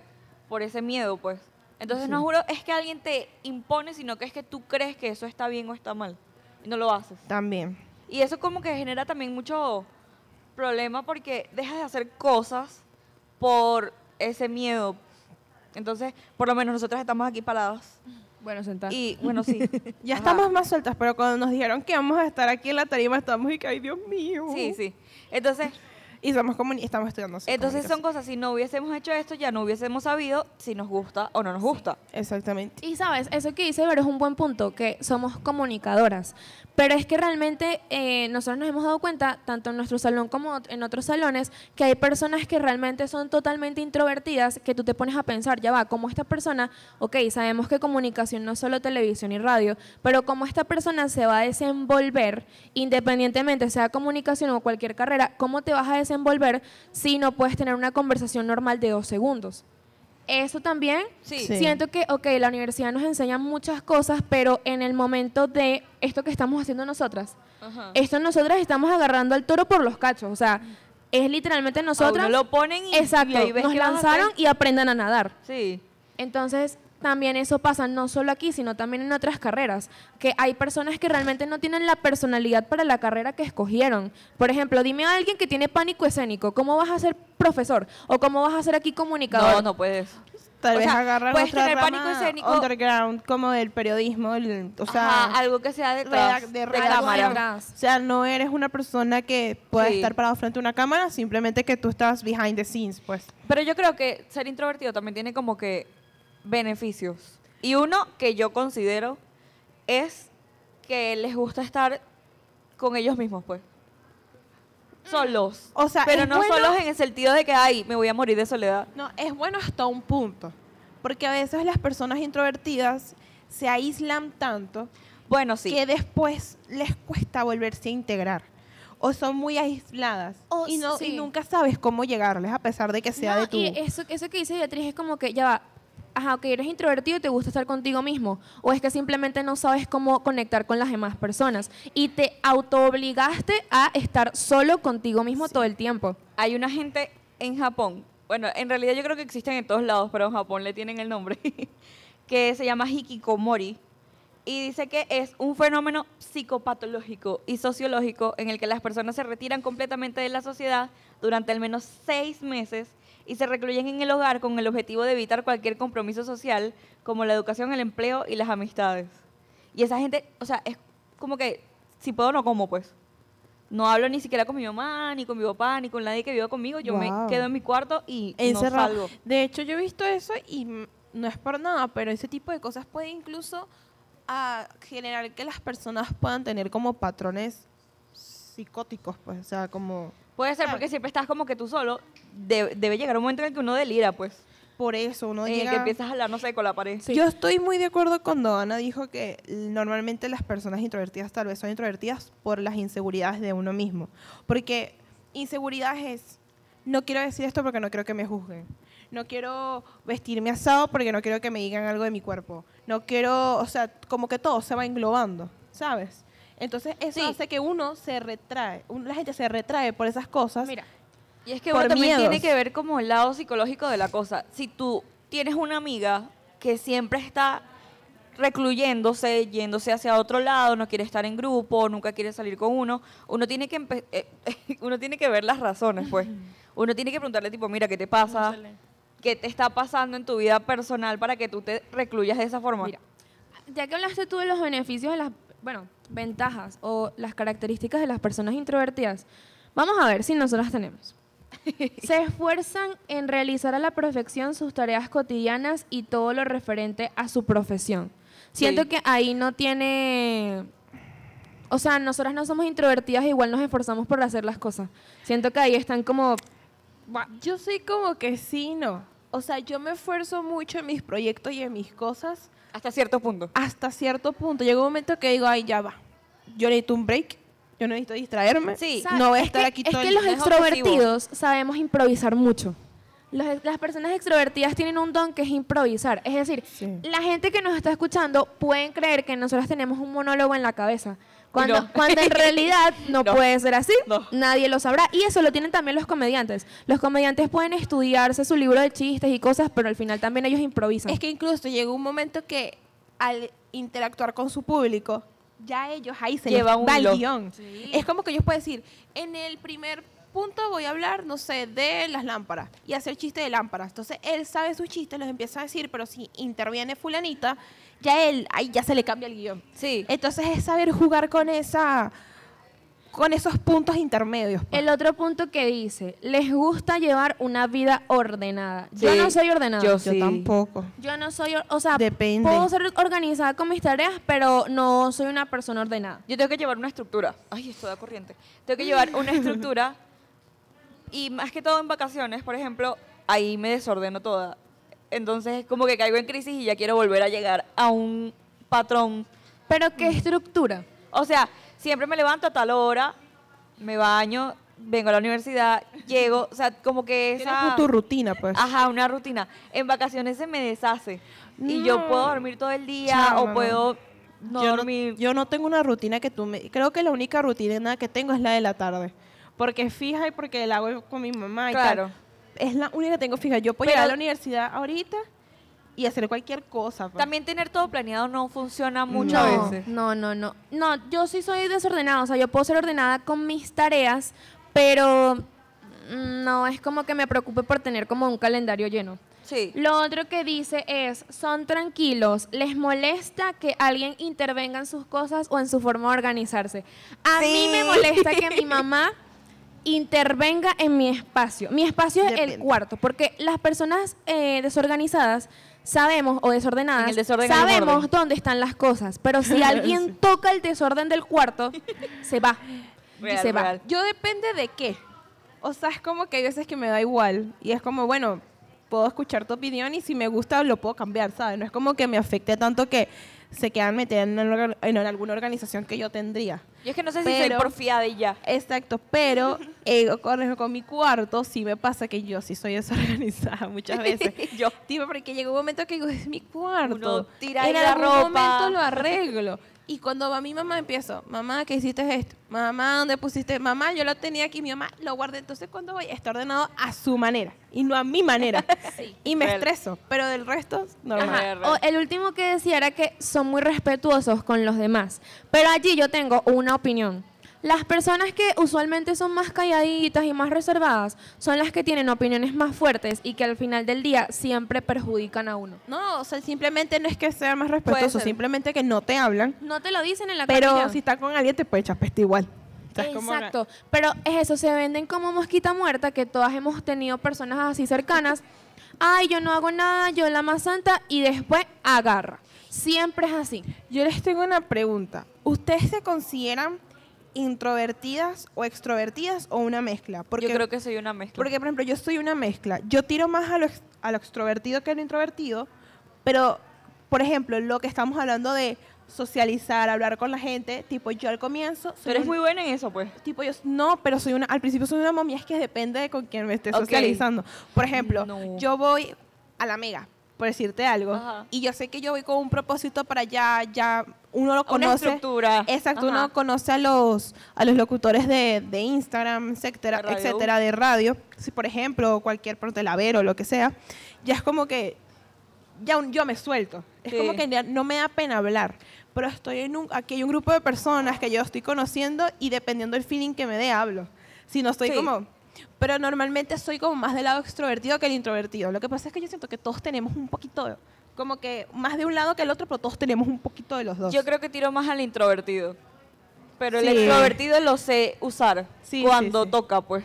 Speaker 2: por ese miedo, pues. Entonces no juro es que alguien te impone, sino que es que tú crees que eso está bien o está mal y no lo haces.
Speaker 1: También.
Speaker 2: Y eso como que genera también mucho problema porque dejas de hacer cosas por ese miedo. Entonces, por lo menos nosotras estamos aquí paradas.
Speaker 3: Bueno, sentado.
Speaker 2: Y bueno, sí.
Speaker 1: Ya
Speaker 2: Ajá.
Speaker 1: estamos más sueltas, pero cuando nos dijeron que vamos a estar aquí en la tarima, estamos y que, ay, Dios mío.
Speaker 2: Sí, sí. Entonces,
Speaker 1: Y somos comuni- estamos estudiando. sí,
Speaker 2: Entonces
Speaker 1: comunicación.
Speaker 2: son cosas, si no hubiésemos hecho esto, ya no hubiésemos sabido si nos gusta o no nos gusta.
Speaker 1: Exactamente.
Speaker 3: Y sabes, eso que dice Vero es un buen punto, que somos comunicadoras. Pero es que realmente eh, nosotros nos hemos dado cuenta, tanto en nuestro salón como ot- en otros salones, que hay personas que realmente son totalmente introvertidas, que tú te pones a pensar, ya va, como esta persona, ok, sabemos que comunicación no es solo televisión y radio, pero como esta persona se va a desenvolver, independientemente sea comunicación o cualquier carrera, ¿cómo te vas a desenvolver si no puedes tener una conversación normal de dos segundos? Eso también
Speaker 2: Sí.
Speaker 1: Sí.
Speaker 3: Siento que, ok, la universidad nos enseña muchas cosas, pero en el momento de esto que estamos haciendo nosotras,
Speaker 2: Ajá.
Speaker 3: esto nosotras estamos agarrando al toro por los cachos, o sea, es literalmente
Speaker 2: A
Speaker 3: nosotras,
Speaker 2: uno lo ponen y, y
Speaker 3: exacto,
Speaker 2: ahí ves
Speaker 3: nos
Speaker 2: que vas a hacer.
Speaker 3: lanzaron y aprendan a nadar.
Speaker 2: Sí.
Speaker 3: Entonces, también eso pasa no solo aquí, sino también en otras carreras, que hay personas que realmente no tienen la personalidad para la carrera que escogieron. Por ejemplo, dime a alguien que tiene pánico escénico, ¿cómo vas a ser profesor? ¿O cómo vas a ser aquí comunicador?
Speaker 2: No, no puedes.
Speaker 1: Tal
Speaker 2: O
Speaker 1: vez
Speaker 2: sea,
Speaker 1: agarran
Speaker 2: puedes
Speaker 1: otra
Speaker 2: tener
Speaker 1: rama
Speaker 2: pánico escénico.
Speaker 1: underground, como del periodismo, el- o sea,
Speaker 2: Ajá, algo que sea
Speaker 1: redac-
Speaker 2: detrás,
Speaker 1: de
Speaker 2: de,
Speaker 1: redacción.
Speaker 2: cámara.
Speaker 1: O sea, no eres una persona que pueda
Speaker 2: Sí.
Speaker 1: estar parado frente a una cámara, simplemente que tú estás behind the scenes, pues.
Speaker 2: Pero yo creo que ser introvertido también tiene como que beneficios. Y uno que yo considero es que les gusta estar con ellos mismos, pues. Solos.
Speaker 1: Mm. O sea,
Speaker 2: Pero
Speaker 1: es
Speaker 2: no
Speaker 1: bueno-
Speaker 2: solos en el sentido de que, ay, me voy a morir de soledad.
Speaker 1: No, es bueno hasta un punto, porque a veces las personas introvertidas se aíslan tanto
Speaker 2: Bueno, sí.
Speaker 1: que después les cuesta volverse a integrar o son muy aisladas
Speaker 3: O
Speaker 1: y, no, y
Speaker 3: sí.
Speaker 1: nunca sabes cómo llegarles a pesar de que sea
Speaker 3: No,
Speaker 1: de tu
Speaker 3: y eso, eso que dice Beatriz es como que ya va. Ajá, ok, eres introvertido y te gusta estar contigo mismo. O es que simplemente no sabes cómo conectar con las demás personas. Y te autoobligaste a estar solo contigo mismo todo el tiempo.
Speaker 2: hay una gente en Japón, bueno, en realidad yo creo que existen en todos lados, pero en Japón le tienen el nombre, que se llama hikikomori. Y dice que es un fenómeno psicopatológico y sociológico en el que las personas se retiran completamente de la sociedad durante al menos seis meses y se recluyen en el hogar con el objetivo de evitar cualquier compromiso social como la educación, el empleo y las amistades. Y esa gente, o sea, es como que si puedo no como pues. No hablo ni siquiera con mi mamá, ni con mi papá, ni con nadie que viva conmigo. Yo
Speaker 4: Wow.
Speaker 2: me quedo en mi cuarto y
Speaker 1: Encerrado.
Speaker 2: no salgo.
Speaker 1: De hecho, yo he visto eso y mm, no es por nada, pero ese tipo de cosas puede incluso ah, generar que las personas puedan tener como patrones psicóticos, pues, o sea, como
Speaker 2: Puede ser
Speaker 1: Claro.
Speaker 2: porque siempre estás como que tú solo. De- debe llegar un momento en el que uno delira, pues.
Speaker 1: por eso uno
Speaker 2: en el
Speaker 1: llega-
Speaker 2: Eh, que empiezas a hablar, no sé, con la pared.
Speaker 3: Sí.
Speaker 1: Yo estoy muy de acuerdo cuando Ana dijo que normalmente las personas introvertidas tal vez son introvertidas por las inseguridades de uno mismo. Porque inseguridad es, no quiero decir esto porque no quiero que me juzguen. No quiero vestirme asado porque no quiero que me digan algo de mi cuerpo. No quiero, o sea, como que todo se va englobando, ¿sabes? Entonces eso
Speaker 2: Sí.
Speaker 1: hace que uno se retrae, un- la gente se retrae por esas cosas.
Speaker 3: Mira,
Speaker 2: Y es que
Speaker 1: Por
Speaker 2: uno también
Speaker 1: miedos.
Speaker 2: tiene que ver como el lado psicológico de la cosa. Si tú tienes una amiga que siempre está recluyéndose, yéndose hacia otro lado, no quiere estar en grupo, nunca quiere salir con uno, uno tiene que empe- eh, uno tiene que ver las razones, pues. Uno tiene que preguntarle tipo, mira, ¿qué te pasa? ¿Qué te está pasando en tu vida personal para que tú te recluyas de esa forma?
Speaker 3: Mira, ya que hablaste tú de los beneficios de las, bueno, ventajas o las características de las personas introvertidas, vamos a ver si nosotras tenemos. Se esfuerzan en realizar a la perfección sus tareas cotidianas y todo lo referente a su profesión. Siento
Speaker 2: Sí.
Speaker 3: que ahí no tiene... O sea, nosotras no somos introvertidas, igual nos esforzamos por hacer las cosas. Siento que ahí están como...
Speaker 1: Yo soy como que sí, no. O sea, yo me esfuerzo mucho en mis proyectos y en mis cosas,
Speaker 2: Hasta cierto punto.
Speaker 1: hasta cierto punto. Llega un momento que digo, ay, ya va. Yo necesito un break. Yo necesito distraerme.
Speaker 2: Sí.
Speaker 3: ¿sabes?
Speaker 1: No voy a
Speaker 3: Es
Speaker 1: estar
Speaker 3: que-
Speaker 1: aquí
Speaker 3: Es
Speaker 1: todo
Speaker 3: que
Speaker 1: el
Speaker 3: los
Speaker 2: día. Es obsesivo.
Speaker 3: extrovertidos sabemos improvisar mucho. Los ex- las personas extrovertidas tienen un don que es improvisar. Es decir,
Speaker 1: Sí.
Speaker 3: la gente que nos está escuchando pueden creer que nosotros tenemos un monólogo en la cabeza. Cuando,
Speaker 2: No.
Speaker 3: cuando en realidad no,
Speaker 2: No.
Speaker 3: puede ser así,
Speaker 2: No.
Speaker 3: nadie lo sabrá. Y eso lo tienen también los comediantes. Los comediantes pueden estudiarse su libro de chistes y cosas, pero al final también ellos improvisan.
Speaker 1: Es que incluso llegó un momento que al interactuar con su público, ya ellos ahí se
Speaker 2: Lleva
Speaker 1: les
Speaker 2: un
Speaker 1: va el
Speaker 2: hilo.
Speaker 1: guión. Es como que ellos pueden decir, en el primer punto voy a hablar, no sé, de las lámparas y hacer chiste de lámparas. Entonces él sabe sus chistes, los empieza a decir, pero si interviene fulanita, ya él, ahí ya se le cambia el guión.
Speaker 2: Sí.
Speaker 1: Entonces es saber jugar con esa con esos puntos intermedios. pues.
Speaker 3: El otro punto que dice, les gusta llevar una vida ordenada. Yo
Speaker 2: Sí,
Speaker 3: no soy ordenada.
Speaker 2: yo sí.
Speaker 3: Yo no soy, or- o sea,
Speaker 1: Depende.
Speaker 3: puedo ser organizada con mis tareas, pero no soy una persona ordenada.
Speaker 2: Yo tengo que llevar una estructura. Ay, esto da corriente. Tengo que llevar una estructura. Y más que todo en vacaciones, por ejemplo, ahí me desordeno toda. Entonces, como que caigo en crisis y ya quiero volver a llegar a un patrón.
Speaker 3: Pero qué estructura.
Speaker 2: O sea, siempre me levanto a tal hora, me baño, vengo a la universidad, llego. O sea, como que
Speaker 1: Tienes
Speaker 2: esa... Ah,
Speaker 1: tu rutina, pues.
Speaker 2: Ajá, una rutina. En vacaciones se me deshace. Y yo
Speaker 1: No.
Speaker 2: puedo dormir todo el día
Speaker 1: Chama,
Speaker 2: o
Speaker 1: no.
Speaker 2: puedo no
Speaker 1: yo,
Speaker 2: dormir.
Speaker 1: no, yo no tengo una rutina que tú me... Creo que la única rutina que tengo es la de la tarde. Porque es fija y porque la hago con mi mamá y
Speaker 2: Claro.
Speaker 1: tal. Es la única que tengo fija. Yo puedo
Speaker 2: Pero-
Speaker 1: llegar a la universidad ahorita y hacer cualquier cosa. pues.
Speaker 2: También tener todo planeado no funciona muchas
Speaker 3: no,
Speaker 2: veces.
Speaker 3: No, no, no. No, yo sí soy desordenada, o sea, yo puedo ser ordenada con mis tareas, pero mm, no es como que me preocupe por tener como un calendario lleno.
Speaker 2: Sí.
Speaker 3: Lo otro que dice es, son tranquilos, les molesta que alguien intervenga en sus cosas o en su forma de organizarse. A mí me
Speaker 2: Sí.
Speaker 3: molesta que mi mamá intervenga en mi espacio. Mi espacio es el
Speaker 1: Depende.
Speaker 3: cuarto, porque las personas eh, desorganizadas sabemos, o desordenadas,
Speaker 2: En el desorden hay un
Speaker 3: sabemos
Speaker 2: orden.
Speaker 3: dónde están las cosas, pero si alguien toca el desorden del cuarto, se va.
Speaker 2: Real,
Speaker 3: se va.
Speaker 2: real.
Speaker 1: Yo depende de qué. O sea, es como que hay veces que me da igual. Y es como, bueno, puedo escuchar tu opinión y si me gusta lo puedo cambiar, ¿sabes? No es como que me afecte tanto que se quedan metidas en, orga- en alguna organización que yo tendría.
Speaker 2: Yo es que no sé si soy
Speaker 1: Pero-
Speaker 2: porfiada y ya.
Speaker 1: Exacto, pero eh, con, con mi cuarto sí me pasa que yo sí soy desorganizada muchas veces.
Speaker 2: Yo.
Speaker 1: Tipo, porque llegó un momento que digo, es mi cuarto.
Speaker 2: Uno tira ahí
Speaker 1: en
Speaker 2: la
Speaker 1: algún
Speaker 2: ropa.
Speaker 1: momento lo arreglo. Y cuando va mi mamá, empiezo, mamá, ¿qué hiciste esto? Mamá, ¿dónde pusiste? Mamá, yo lo tenía aquí, mi mamá lo guardé. Entonces, cuando voy, está ordenado a su manera y no a mi manera. Y me
Speaker 2: Real.
Speaker 1: estreso, pero del resto, normal.
Speaker 3: Ajá.
Speaker 2: Real, real.
Speaker 3: O el último que decía era que son muy respetuosos con los demás. Pero allí yo tengo una opinión. Las personas que usualmente son más calladitas y más reservadas son las que tienen opiniones más fuertes y que al final del día siempre perjudican a uno.
Speaker 1: No, o sea, simplemente no es que sea más
Speaker 2: Puede
Speaker 1: respetuoso,
Speaker 2: ser.
Speaker 1: simplemente que no te hablan.
Speaker 3: No te lo dicen en la
Speaker 1: Pero
Speaker 3: cartilla.
Speaker 1: si está con alguien, te puede echar peste igual. O sea, es como una-
Speaker 3: Exacto, pero es eso, se venden como mosquita muerta, que todas hemos tenido personas así cercanas. Ay, yo no hago nada, yo la más santa, y después agarra. Siempre es así.
Speaker 1: Yo les tengo una pregunta. ¿Ustedes se consideran introvertidas o extrovertidas o una mezcla? Porque,
Speaker 2: Yo creo que soy una mezcla.
Speaker 1: porque, por ejemplo, yo soy una mezcla. Yo tiro más a lo, ex- a lo extrovertido que a lo introvertido, pero, por ejemplo, lo que estamos hablando de socializar, hablar con la gente, tipo, yo al comienzo...
Speaker 2: Tú
Speaker 1: soy
Speaker 2: eres
Speaker 1: un-
Speaker 2: muy buena en eso, pues.
Speaker 1: Tipo, yo no, pero soy una, al principio soy una momia, es que depende de con quién me esté
Speaker 2: Ok.
Speaker 1: socializando. Por ejemplo,
Speaker 2: No.
Speaker 1: yo voy a la mega, por decirte algo,
Speaker 2: Ajá.
Speaker 1: y yo sé que yo voy con un propósito para ya, ya uno lo
Speaker 2: A Una
Speaker 1: conoce.
Speaker 2: estructura.
Speaker 1: Exacto,
Speaker 2: Ah, Ajá.
Speaker 1: uno conoce a los, a los locutores de, de Instagram, etcétera,
Speaker 2: De radio.
Speaker 1: etcétera, de radio, si por ejemplo, cualquier portelavero o lo que sea, ya es como que ya un- yo me suelto. Es
Speaker 2: Sí.
Speaker 1: como que ya no me da pena hablar, pero estoy en un, aquí hay un grupo de personas que yo estoy conociendo y dependiendo del feeling que me dé hablo. Si no estoy
Speaker 2: Sí.
Speaker 1: como pero normalmente soy como más del lado extrovertido que el introvertido. Lo que pasa es que yo siento que todos tenemos un poquito de- como que más de un lado que el otro, pero todos tenemos un poquito de los dos.
Speaker 2: Yo creo que tiro más al introvertido. Pero
Speaker 1: Sí.
Speaker 2: el extrovertido lo sé usar
Speaker 1: Sí, sí,
Speaker 2: cuando
Speaker 1: sí.
Speaker 2: toca, pues.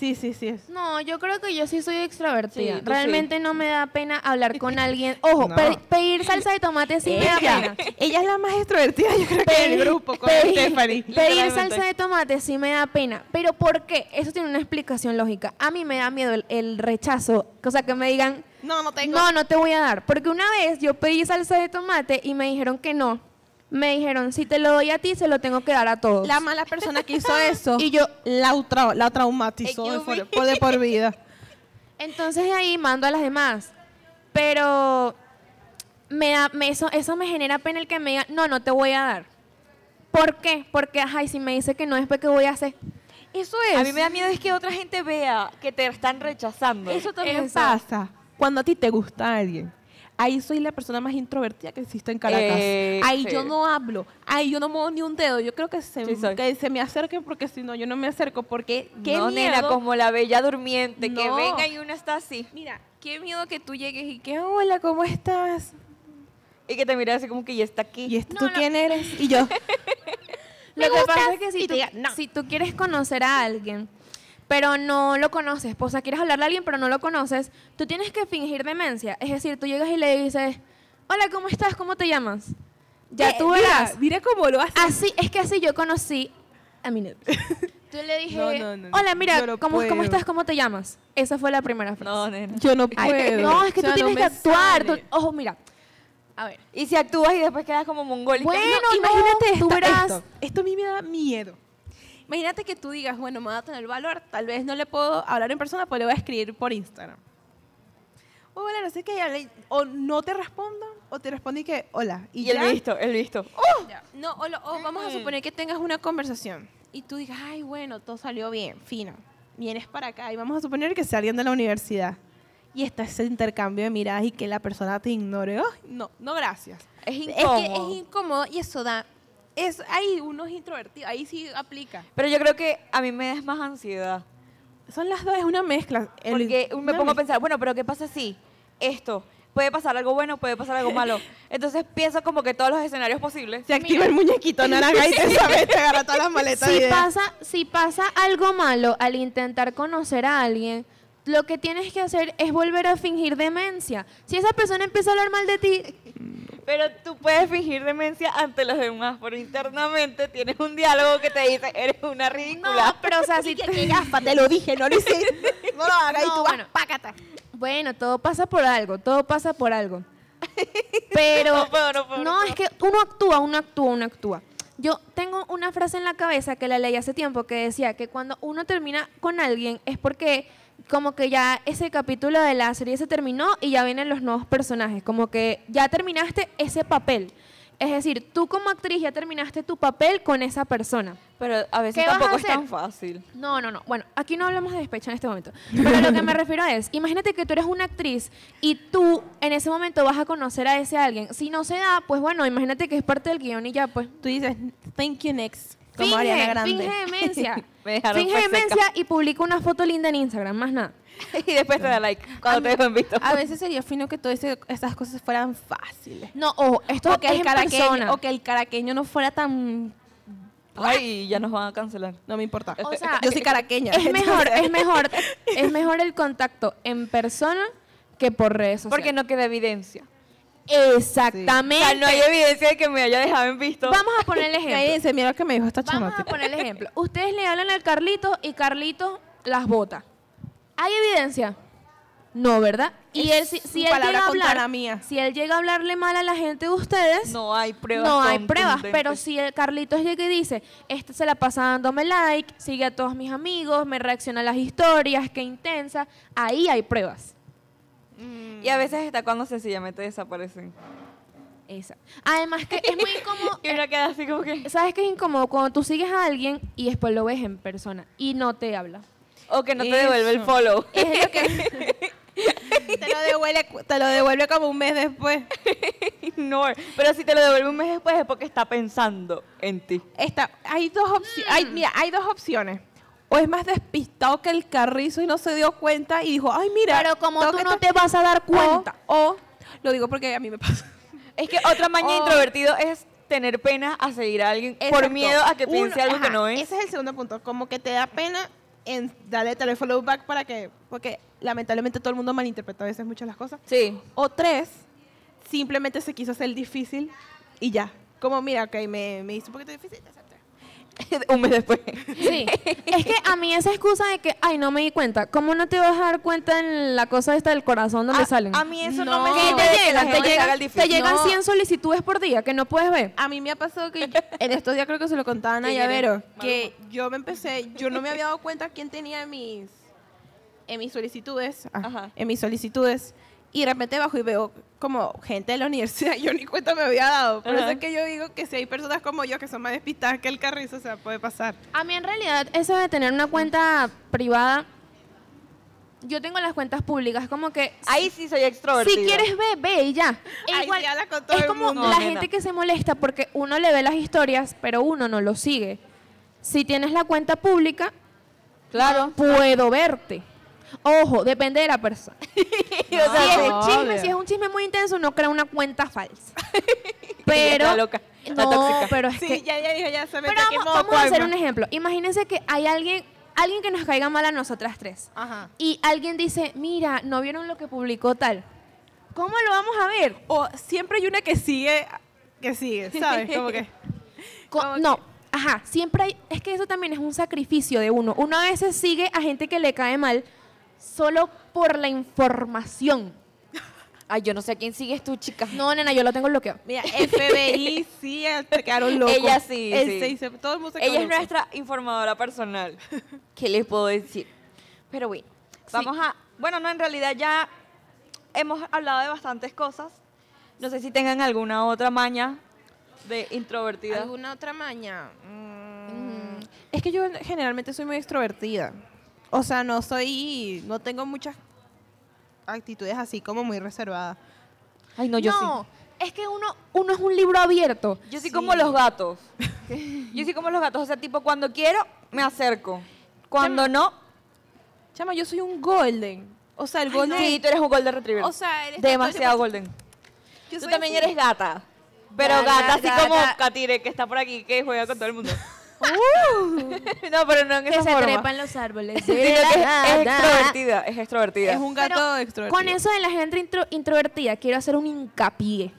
Speaker 1: Sí, sí, sí. es-
Speaker 3: No, yo creo que yo sí soy extrovertida.
Speaker 2: Sí, tú
Speaker 3: Realmente no me da pena hablar con alguien. Ojo,
Speaker 1: No.
Speaker 3: pe- pedir salsa de tomate sí me da
Speaker 1: Ella,
Speaker 3: pena.
Speaker 1: ella es la más extrovertida, yo creo que del
Speaker 3: Pedir-
Speaker 1: grupo, con
Speaker 3: pedir-
Speaker 1: Stephanie.
Speaker 3: Pedir
Speaker 2: literalmente.
Speaker 3: salsa de tomate sí me da pena. ¿Pero por qué? Eso tiene una explicación lógica. A mí me da miedo el, el rechazo. O sea, que me digan,
Speaker 1: No, no tengo.
Speaker 3: no, no te voy a dar. Porque una vez yo pedí salsa de tomate y me dijeron que no. Me dijeron, si te lo doy a ti, se lo tengo que dar a todos.
Speaker 1: La mala persona que hizo eso
Speaker 3: Y yo-
Speaker 1: la, tra- la traumatizó de
Speaker 2: Excuse me.
Speaker 1: por, por- de por vida.
Speaker 3: Entonces de ahí mando a las demás. Pero me da, me- eso, eso me genera pena el que me diga, no, no te voy a dar. ¿Por qué? Porque, ajá, y si me dice que no, después qué voy a hacer.
Speaker 1: Eso
Speaker 2: A mí me da miedo es que otra gente vea que te están rechazando.
Speaker 1: Eso también
Speaker 3: Eso.
Speaker 1: pasa cuando a ti te gusta alguien. Ahí soy la persona más introvertida que existe en Caracas.
Speaker 2: Eh,
Speaker 1: ahí
Speaker 2: sí.
Speaker 1: yo no hablo, ahí yo no muevo ni un dedo. Yo creo que se,
Speaker 2: Sí soy.
Speaker 1: que se me acerquen porque si no, yo no me acerco. Porque qué miedo.
Speaker 2: no, nena, como la bella durmiente, que
Speaker 1: No.
Speaker 2: venga y uno está así.
Speaker 1: Mira, qué miedo que tú llegues y que, hola, ¿cómo estás?
Speaker 2: Y que te mira así como que ya está aquí.
Speaker 1: ¿Y este,
Speaker 3: No,
Speaker 1: tú
Speaker 3: no.
Speaker 1: quién eres? Y yo,
Speaker 3: Lo que pasa es que
Speaker 1: y
Speaker 3: si tú,
Speaker 1: te diga, no.
Speaker 3: si tú quieres conocer a alguien, pero no lo conoces, pues, o sea, quieres hablarle a alguien, pero no lo conoces, tú tienes que fingir demencia. Es decir, tú llegas y le dices, hola, ¿cómo estás? ¿Cómo te llamas? Ya
Speaker 1: eh,
Speaker 3: tú
Speaker 1: mira,
Speaker 3: verás.
Speaker 1: Mira, cómo lo haces.
Speaker 3: Así, es que así yo conocí a mi novio. Yo le dije,
Speaker 1: No, no, no, no,
Speaker 3: hola, mira,
Speaker 1: yo no
Speaker 3: ¿cómo,
Speaker 1: puedo.
Speaker 3: ¿cómo estás? ¿Cómo te llamas? Esa fue la primera frase.
Speaker 2: No, nena.
Speaker 1: Yo no
Speaker 3: Ay,
Speaker 1: puedo.
Speaker 3: no, es que
Speaker 1: O sea,
Speaker 3: tú tienes
Speaker 1: no
Speaker 3: que
Speaker 1: me
Speaker 3: actuar. tú-
Speaker 1: sale.
Speaker 3: ojo, mira. A ver.
Speaker 2: Y si actúas y después quedas como mongólica.
Speaker 3: Bueno,
Speaker 1: No,
Speaker 3: no,
Speaker 1: imagínate
Speaker 3: tú
Speaker 1: esta-
Speaker 3: verás.
Speaker 1: esto. Esto a mí me da miedo. Imagínate que tú digas, bueno, me va a tener valor, tal vez no le puedo hablar en persona, pero le voy a escribir por Instagram. O bueno, no sé qué, ya le- o no te respondo, o te respondo y que, hola.
Speaker 2: Y,
Speaker 1: Y, ya.
Speaker 2: el visto, el visto.
Speaker 1: No, o, lo- o vamos a suponer que tengas una conversación y tú digas, ay, bueno, todo salió bien, fino. Vienes para acá y vamos a suponer que sea alguien de la universidad. Y está ese intercambio de miradas y que la persona te ignore. Oh, no, no, gracias. Oh.
Speaker 2: Es
Speaker 1: Es que
Speaker 2: incómodo.
Speaker 1: es incómodo y eso da. Es, ahí uno es introvertido, ahí sí aplica.
Speaker 2: Pero yo creo que a mí me da más ansiedad.
Speaker 1: Son las dos, es una mezcla. El-
Speaker 2: Porque me
Speaker 1: una
Speaker 2: pongo a
Speaker 1: mezcla.
Speaker 2: pensar, bueno, pero ¿qué pasa si esto? Puede pasar algo bueno, puede pasar algo malo. Entonces pienso como que todos los escenarios posibles.
Speaker 1: Se activa el muñequito naranja y te sabes, te agarra todas las maletas. de
Speaker 3: Si
Speaker 1: ideas.
Speaker 3: pasa, si pasa algo malo al intentar conocer a alguien, lo que tienes que hacer es volver a fingir demencia. Si esa persona empieza a hablar mal de ti,
Speaker 2: Pero tú puedes fingir demencia ante los demás, pero internamente tienes un diálogo que te dice, eres una
Speaker 3: no,
Speaker 2: ridícula.
Speaker 3: pero o sea,
Speaker 1: Y
Speaker 3: si
Speaker 1: que,
Speaker 3: te-
Speaker 1: que gafa, te lo dije, no lo hice. No lo hagas y
Speaker 3: No,
Speaker 1: tú vas,
Speaker 3: bueno.
Speaker 1: pácata.
Speaker 3: Bueno, todo pasa por algo, todo pasa por algo. Pero
Speaker 2: No puedo, no puedo, no
Speaker 3: no, es que uno actúa, uno actúa, uno actúa. Yo tengo una frase en la cabeza que la leí hace tiempo que decía que cuando uno termina con alguien es porque como que ya ese capítulo de la serie se terminó y ya vienen los nuevos personajes, como que ya terminaste ese papel. Es decir, tú como actriz ya terminaste tu papel con esa persona.
Speaker 2: Pero a veces
Speaker 3: ¿Qué vas a
Speaker 2: tampoco es
Speaker 3: hacer?
Speaker 2: tan fácil.
Speaker 3: No, no, no. Bueno, aquí no hablamos de despecho en este momento. Pero lo que me refiero es, imagínate que tú eres una actriz y tú en ese momento vas a conocer a ese alguien. Si no se da, pues bueno, imagínate que es parte del guión y ya, pues.
Speaker 1: Tú dices, thank you next. Como Ariana Grande.
Speaker 3: Finge, finge demencia.
Speaker 2: Me dejaron
Speaker 3: finge
Speaker 2: pues
Speaker 3: demencia y publica una foto linda en Instagram, más nada.
Speaker 2: y después te da like cuando te
Speaker 1: A
Speaker 2: dejo
Speaker 1: mí-
Speaker 2: en visto.
Speaker 1: A veces sería fino que todas ese- esas cosas fueran fáciles.
Speaker 3: No, ojo, esto
Speaker 1: O que,
Speaker 3: es
Speaker 1: el
Speaker 3: en
Speaker 1: caraqueño,
Speaker 3: persona.
Speaker 1: o que el caraqueño no fuera tan...
Speaker 2: Ay, ya nos van a cancelar.
Speaker 1: No me importa.
Speaker 3: O sea,
Speaker 1: yo soy caraqueña.
Speaker 3: Es mejor,
Speaker 1: entonces-
Speaker 3: es mejor, es mejor el contacto en persona que por redes sociales.
Speaker 2: Porque no queda evidencia. O
Speaker 3: Exactamente.
Speaker 2: sea, no hay evidencia de que me haya dejado en visto.
Speaker 3: Vamos a poner el
Speaker 1: Ahí
Speaker 3: ejemplo.
Speaker 1: dice, mira lo que me dijo esta
Speaker 3: Vamos
Speaker 1: chamata.
Speaker 3: a poner el ejemplo. Ustedes le hablan al Carlito y Carlito las bota. ¿Hay evidencia? No, ¿verdad? Y
Speaker 1: Es
Speaker 3: él si, si
Speaker 1: su
Speaker 3: él llega
Speaker 1: palabra
Speaker 3: a
Speaker 1: contra
Speaker 3: hablar,
Speaker 1: la mía.
Speaker 3: si él llega a hablarle mal a la gente de ustedes,
Speaker 2: No hay pruebas.
Speaker 3: no hay pruebas,
Speaker 2: contundentes.
Speaker 3: pero si el Carlitos llega y dice, este se la pasa dándome like, sigue a todos mis amigos, me reacciona a las historias, qué intensa, ahí hay pruebas.
Speaker 2: Y a veces está cuando sencillamente desaparecen.
Speaker 3: Esa. Además que es muy incómodo,
Speaker 2: Y uno queda así como que.
Speaker 3: ¿sabes qué es incómodo? Cuando tú sigues a alguien y después lo ves en persona y no te habla.
Speaker 2: O que no te
Speaker 1: Eso.
Speaker 2: devuelve el follow.
Speaker 3: Es lo que...
Speaker 1: Te lo, devuelve, cu- te lo devuelve como un mes después.
Speaker 2: no. Pero si te lo devuelve un mes después es porque está pensando en ti.
Speaker 1: Esta, hay dos opciones. mira, hay dos opciones. O es más despistado que el carrizo y no se dio cuenta y dijo, ay, mira.
Speaker 3: Pero como
Speaker 1: tengo
Speaker 3: tú
Speaker 1: que
Speaker 3: no
Speaker 1: estar-".
Speaker 3: te vas a dar cuenta.
Speaker 1: O, o- lo digo porque a mí me pasa.
Speaker 2: Es que otra maña
Speaker 1: Oh.
Speaker 2: introvertido es tener pena a seguir a alguien por
Speaker 1: Exacto.
Speaker 2: miedo a que
Speaker 1: Uno-
Speaker 2: piense algo que
Speaker 1: ajá,
Speaker 2: no es.
Speaker 1: Ese es el segundo punto. Como que te da pena en darle tal vez follow back para que. Porque lamentablemente todo el mundo malinterpreta a veces muchas las cosas.
Speaker 2: Sí.
Speaker 1: O tres, simplemente se quiso hacer difícil y ya. Como, mira, ok, me, me hizo un poquito difícil. te acepté".
Speaker 2: un mes después.
Speaker 3: Sí, es que a mí esa excusa de que, ay, no me di cuenta, ¿cómo no te vas a dar cuenta en la cosa esta del corazón donde
Speaker 2: a,
Speaker 3: salen?
Speaker 2: a mí eso no,
Speaker 1: No.
Speaker 2: me
Speaker 3: que
Speaker 1: no,
Speaker 2: sirve
Speaker 3: te
Speaker 2: de que la
Speaker 3: llegan, te
Speaker 2: gente haga
Speaker 3: llegan,
Speaker 2: el
Speaker 3: te
Speaker 2: difícil.
Speaker 3: llegan
Speaker 1: No.
Speaker 3: 100 solicitudes por día que no puedes ver.
Speaker 1: A mí me ha pasado que yo- en estos días creo que se lo contaba a Naya
Speaker 2: ¿Quién eres?
Speaker 1: Vero, que yo me empecé, yo no me había dado cuenta quién tenía en mis, en mis solicitudes, ah,
Speaker 2: Ajá.
Speaker 1: en mis solicitudes, y de repente bajo y veo como gente de la universidad, yo ni cuenta me había dado. Por eso
Speaker 2: Ajá.
Speaker 1: es que yo digo que si hay personas como yo que son más despistadas que el carrizo, o sea, puede pasar.
Speaker 3: A mí en realidad eso de tener una cuenta privada, yo tengo las cuentas públicas, como que
Speaker 2: Ahí sí soy extrovertido.
Speaker 3: si quieres ve, ve y ya. E
Speaker 1: Ahí sí habla con todo
Speaker 3: es
Speaker 1: el
Speaker 3: como
Speaker 1: mundo.
Speaker 3: la
Speaker 2: No,
Speaker 3: gente
Speaker 2: nena.
Speaker 3: que se molesta porque uno le ve las historias, pero uno no lo sigue. Si tienes la cuenta pública,
Speaker 2: Claro.
Speaker 3: puedo verte. Ojo, depende de la persona.
Speaker 2: O sea,
Speaker 3: si es
Speaker 2: sí.
Speaker 3: un
Speaker 1: no,
Speaker 3: chisme,
Speaker 1: obvio.
Speaker 3: si es un chisme muy intenso, no crea una cuenta falsa. Pero
Speaker 2: Está loca, está
Speaker 3: no,
Speaker 2: tóxica.
Speaker 3: pero es
Speaker 1: sí,
Speaker 3: que
Speaker 1: ya, ya dijo, ya se me
Speaker 3: pero vamos, vamos a hacer un ejemplo. Imagínense que hay alguien, alguien que nos caiga mal a nosotras tres.
Speaker 1: Ajá.
Speaker 3: Y alguien dice, mira, no vieron lo que publicó tal. ¿Cómo lo vamos a ver?
Speaker 1: O siempre hay una que sigue, que sigue, ¿sabes? Como que...
Speaker 3: Co-
Speaker 1: Como
Speaker 3: no, ajá, siempre hay, es que eso también es un sacrificio de uno. Uno a veces sigue a gente que le cae mal solo por la información.
Speaker 2: Ay, yo no sé a quién sigues tú, chica.
Speaker 3: No, nena, yo lo tengo bloqueado.
Speaker 1: Mira, FBI sí se quedaron locos.
Speaker 2: Ella sí,
Speaker 1: El
Speaker 2: sí.
Speaker 1: seis- todo el mundo se quedó
Speaker 2: Ella es
Speaker 1: loco.
Speaker 2: nuestra informadora personal. ¿Qué les puedo decir? Pero bueno, vamos a... Bueno, no, en realidad ya hemos hablado de bastantes cosas. No sé si tengan alguna otra maña de introvertida.
Speaker 1: ¿Alguna otra maña? Mm, Es que yo generalmente soy muy extrovertida. O sea, no soy. No tengo muchas actitudes así como muy reservadas.
Speaker 2: Ay, no, yo sí.
Speaker 3: es que uno, uno es un libro abierto.
Speaker 2: Yo sí, como los gatos. Yo sí como los gatos. O sea, tipo, cuando quiero, me acerco. Cuando no,
Speaker 1: Chama, yo soy un golden. O sea, el golden.
Speaker 2: sí, tú eres un golden retriever.
Speaker 1: O sea, eres tanto-
Speaker 2: demasiado golden.
Speaker 1: yo
Speaker 2: Tú
Speaker 1: soy
Speaker 2: también
Speaker 1: así.
Speaker 2: eres gata. Pero
Speaker 1: Gata,
Speaker 2: gata, así
Speaker 1: gata.
Speaker 2: como Katire, que está por aquí, que juega con todo el mundo. Uh. no, pero no en
Speaker 3: que
Speaker 2: esa
Speaker 3: se
Speaker 2: forma.
Speaker 3: trepan los árboles.
Speaker 2: Sino que es, es extrovertida, es extrovertida.
Speaker 1: Es un gato
Speaker 3: Pero
Speaker 1: extrovertido.
Speaker 3: Con eso de la gente intro- introvertida, quiero hacer un hincapié.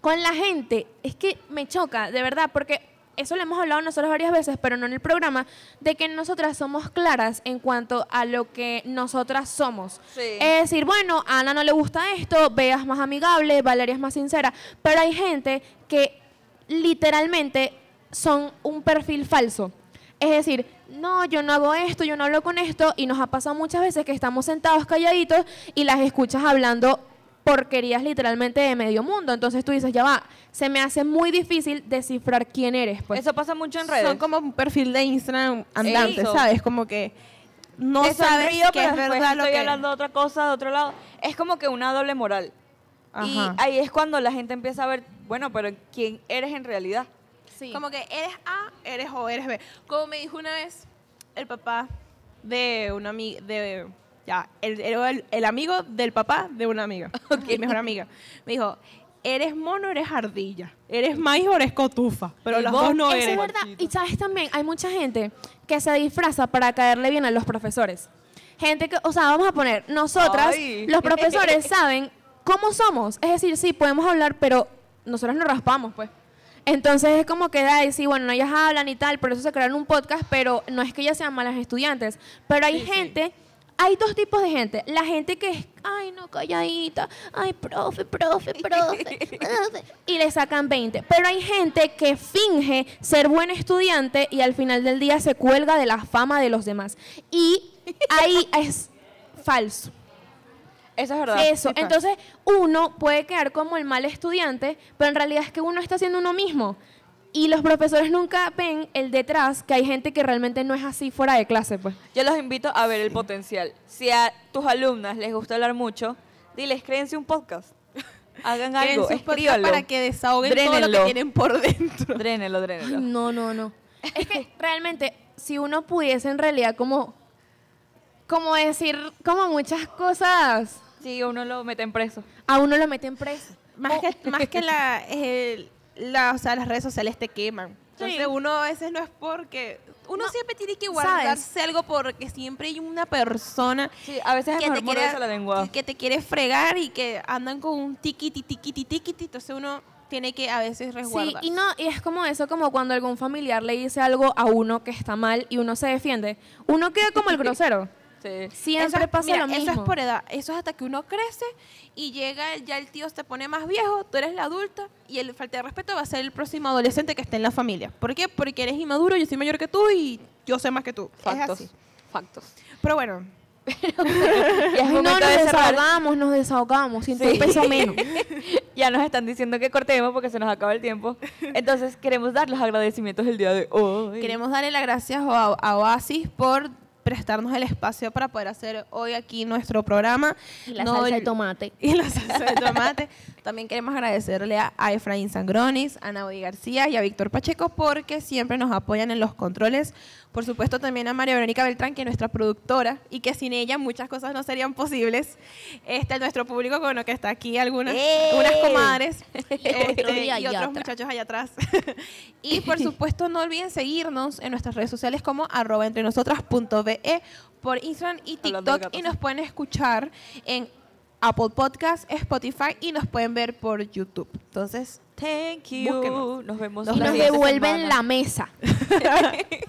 Speaker 3: Con la gente, es que me choca, de verdad, porque eso lo hemos hablado nosotros varias veces, pero no en el programa, de que nosotras somos claras en cuanto a lo que nosotras somos. Eh,
Speaker 2: Sí.
Speaker 3: Es decir, bueno, a Ana no le gusta esto, Bea es más amigable, Valeria es más sincera, pero hay gente que literalmente son un perfil falso. Es decir, no, yo no hago esto, yo no hablo con esto, y nos ha pasado muchas veces que estamos sentados calladitos y las escuchas hablando porquerías literalmente de medio mundo. Entonces tú dices, ya va, se me hace muy difícil descifrar quién eres. Pues.
Speaker 2: Eso pasa mucho en redes.
Speaker 1: Son como un perfil de Instagram andante,
Speaker 2: Eso.
Speaker 1: ¿sabes? Como que no
Speaker 2: Te
Speaker 1: sabes
Speaker 2: sonrío,
Speaker 1: que
Speaker 2: pero
Speaker 1: es
Speaker 2: después
Speaker 1: verdad lo
Speaker 2: estoy
Speaker 1: que...
Speaker 2: hablando de otra cosa, de otro lado. Es como que una doble moral. Y
Speaker 1: Ajá.
Speaker 2: ahí es cuando la gente empieza a ver, bueno, pero ¿quién eres en realidad?
Speaker 3: Sí.
Speaker 1: Como que eres A, eres O, eres B. Como me dijo una vez el papá de una amiga, de, ya, el, el- el amigo del papá de una amiga, mi mejor amiga. Me dijo, eres mono, eres ardilla, eres maíz o eres cotufa, pero
Speaker 2: Y
Speaker 1: las
Speaker 2: vos,
Speaker 1: dos no
Speaker 3: Eso
Speaker 1: eres.
Speaker 3: es verdad. Y sabes también, hay mucha gente que se disfraza para caerle bien a los profesores. Gente que, o sea, vamos a poner, nosotras,
Speaker 2: Ay.
Speaker 3: los profesores saben cómo somos. Es decir, sí, podemos hablar, pero nosotras nos raspamos, pues. Entonces es como que, ay, sí, bueno, ellas hablan y tal, por eso se crearon un podcast, pero no es que ellas sean malas estudiantes. Pero hay gente, hay dos tipos de gente. La gente que es, ay, no, calladita, ay, profe, profe, profe, profe", y le sacan 20. Pero hay gente que finge ser buen estudiante y al final del día se cuelga de la fama de los demás. Y ahí es falso.
Speaker 2: Eso es verdad.
Speaker 3: Eso.
Speaker 2: Sí,
Speaker 3: Entonces, uno puede quedar como el mal estudiante, pero en realidad es que uno está siendo uno mismo. Y los profesores nunca ven el detrás, que hay gente que realmente no es así fuera de clase, pues.
Speaker 2: Yo los invito a ver el potencial. Si a tus alumnas les gusta hablar mucho, diles, créense un podcast. Hagan
Speaker 1: Tienen
Speaker 2: algo,
Speaker 1: sus podcasts
Speaker 2: escríbanlo.
Speaker 1: para que desahoguen todo lo
Speaker 2: Drénenlo.
Speaker 1: que tienen por dentro.
Speaker 2: Drénelo, drénelo.
Speaker 3: No, no, no. Es que realmente, si uno pudiese en realidad como, como decir como muchas cosas,
Speaker 2: Sí, uno lo mete en preso.
Speaker 3: a uno lo meten preso.
Speaker 1: Más que, más que la, el- la- o sea, las redes sociales te queman. Entonces
Speaker 3: Sí.
Speaker 1: uno a veces no es porque... Uno
Speaker 3: No,
Speaker 1: siempre tiene que
Speaker 3: ¿sabes?
Speaker 1: guardarse algo porque siempre hay una persona
Speaker 2: Sí, a veces es
Speaker 1: que te,
Speaker 2: mejor
Speaker 1: quiere,
Speaker 2: morderse la lengua.
Speaker 1: que te quiere fregar y que andan con un tiquiti, tiquiti, tiquiti. Entonces uno tiene que a veces
Speaker 3: Sí,
Speaker 1: resguardar.
Speaker 3: y no, y es como eso, como cuando algún familiar le dice algo a uno que está mal y uno se defiende. Uno queda como el grosero.
Speaker 2: Sí.
Speaker 3: Siempre
Speaker 1: Eso es-
Speaker 3: pasa
Speaker 1: mira,
Speaker 3: lo mismo.
Speaker 1: Eso es por edad. Eso es hasta que uno crece y llega, el- ya el tío se pone más viejo, tú eres la adulta y el falta de respeto va a ser el próximo adolescente que esté en la familia. ¿Por qué? Porque eres inmaduro, yo soy mayor que tú y yo sé más que tú. Es
Speaker 2: Factos.
Speaker 1: así.
Speaker 2: Factos.
Speaker 1: Pero bueno,
Speaker 2: Ya es
Speaker 3: Ay, no, nos
Speaker 2: momento de cerrar.
Speaker 3: desahogamos, nos desahogamos, siento
Speaker 2: Sí.
Speaker 3: un peso menos.
Speaker 2: Ya nos están diciendo que cortemos porque se nos acaba el tiempo. Entonces queremos dar los agradecimientos del día de hoy.
Speaker 1: queremos darle las gracias a, a Oasis por prestarnos el espacio para poder hacer hoy aquí nuestro programa. No, el-
Speaker 3: tomate.
Speaker 1: y la salsa de tomate. También queremos agradecerle a, a Efraín Sangronis, a Naudi García y a Víctor Pacheco porque siempre nos apoyan en los controles. Por supuesto también a María Verónica Beltrán, que es nuestra productora y que sin ella muchas cosas no serían posibles. Este, nuestro público, bueno, que está aquí, algunas,
Speaker 2: ¡Eh!
Speaker 1: unas comadres
Speaker 3: Otro
Speaker 1: este,
Speaker 3: día
Speaker 1: y
Speaker 3: allá
Speaker 1: otros
Speaker 3: atrás.
Speaker 1: muchachos allá atrás. y por supuesto no olviden seguirnos en nuestras redes sociales como arroba entre nosotras.be por Instagram y
Speaker 2: Hablando de
Speaker 1: TikTok y
Speaker 2: gatos.
Speaker 1: nos pueden escuchar en Apple Podcast, Spotify y nos pueden ver por YouTube. Entonces,
Speaker 2: Thank you.
Speaker 1: Búsquenos.
Speaker 2: Nos vemos.
Speaker 1: Nos
Speaker 3: Y
Speaker 2: la
Speaker 3: nos
Speaker 2: siguiente
Speaker 3: devuelven
Speaker 2: semana.
Speaker 3: la mesa.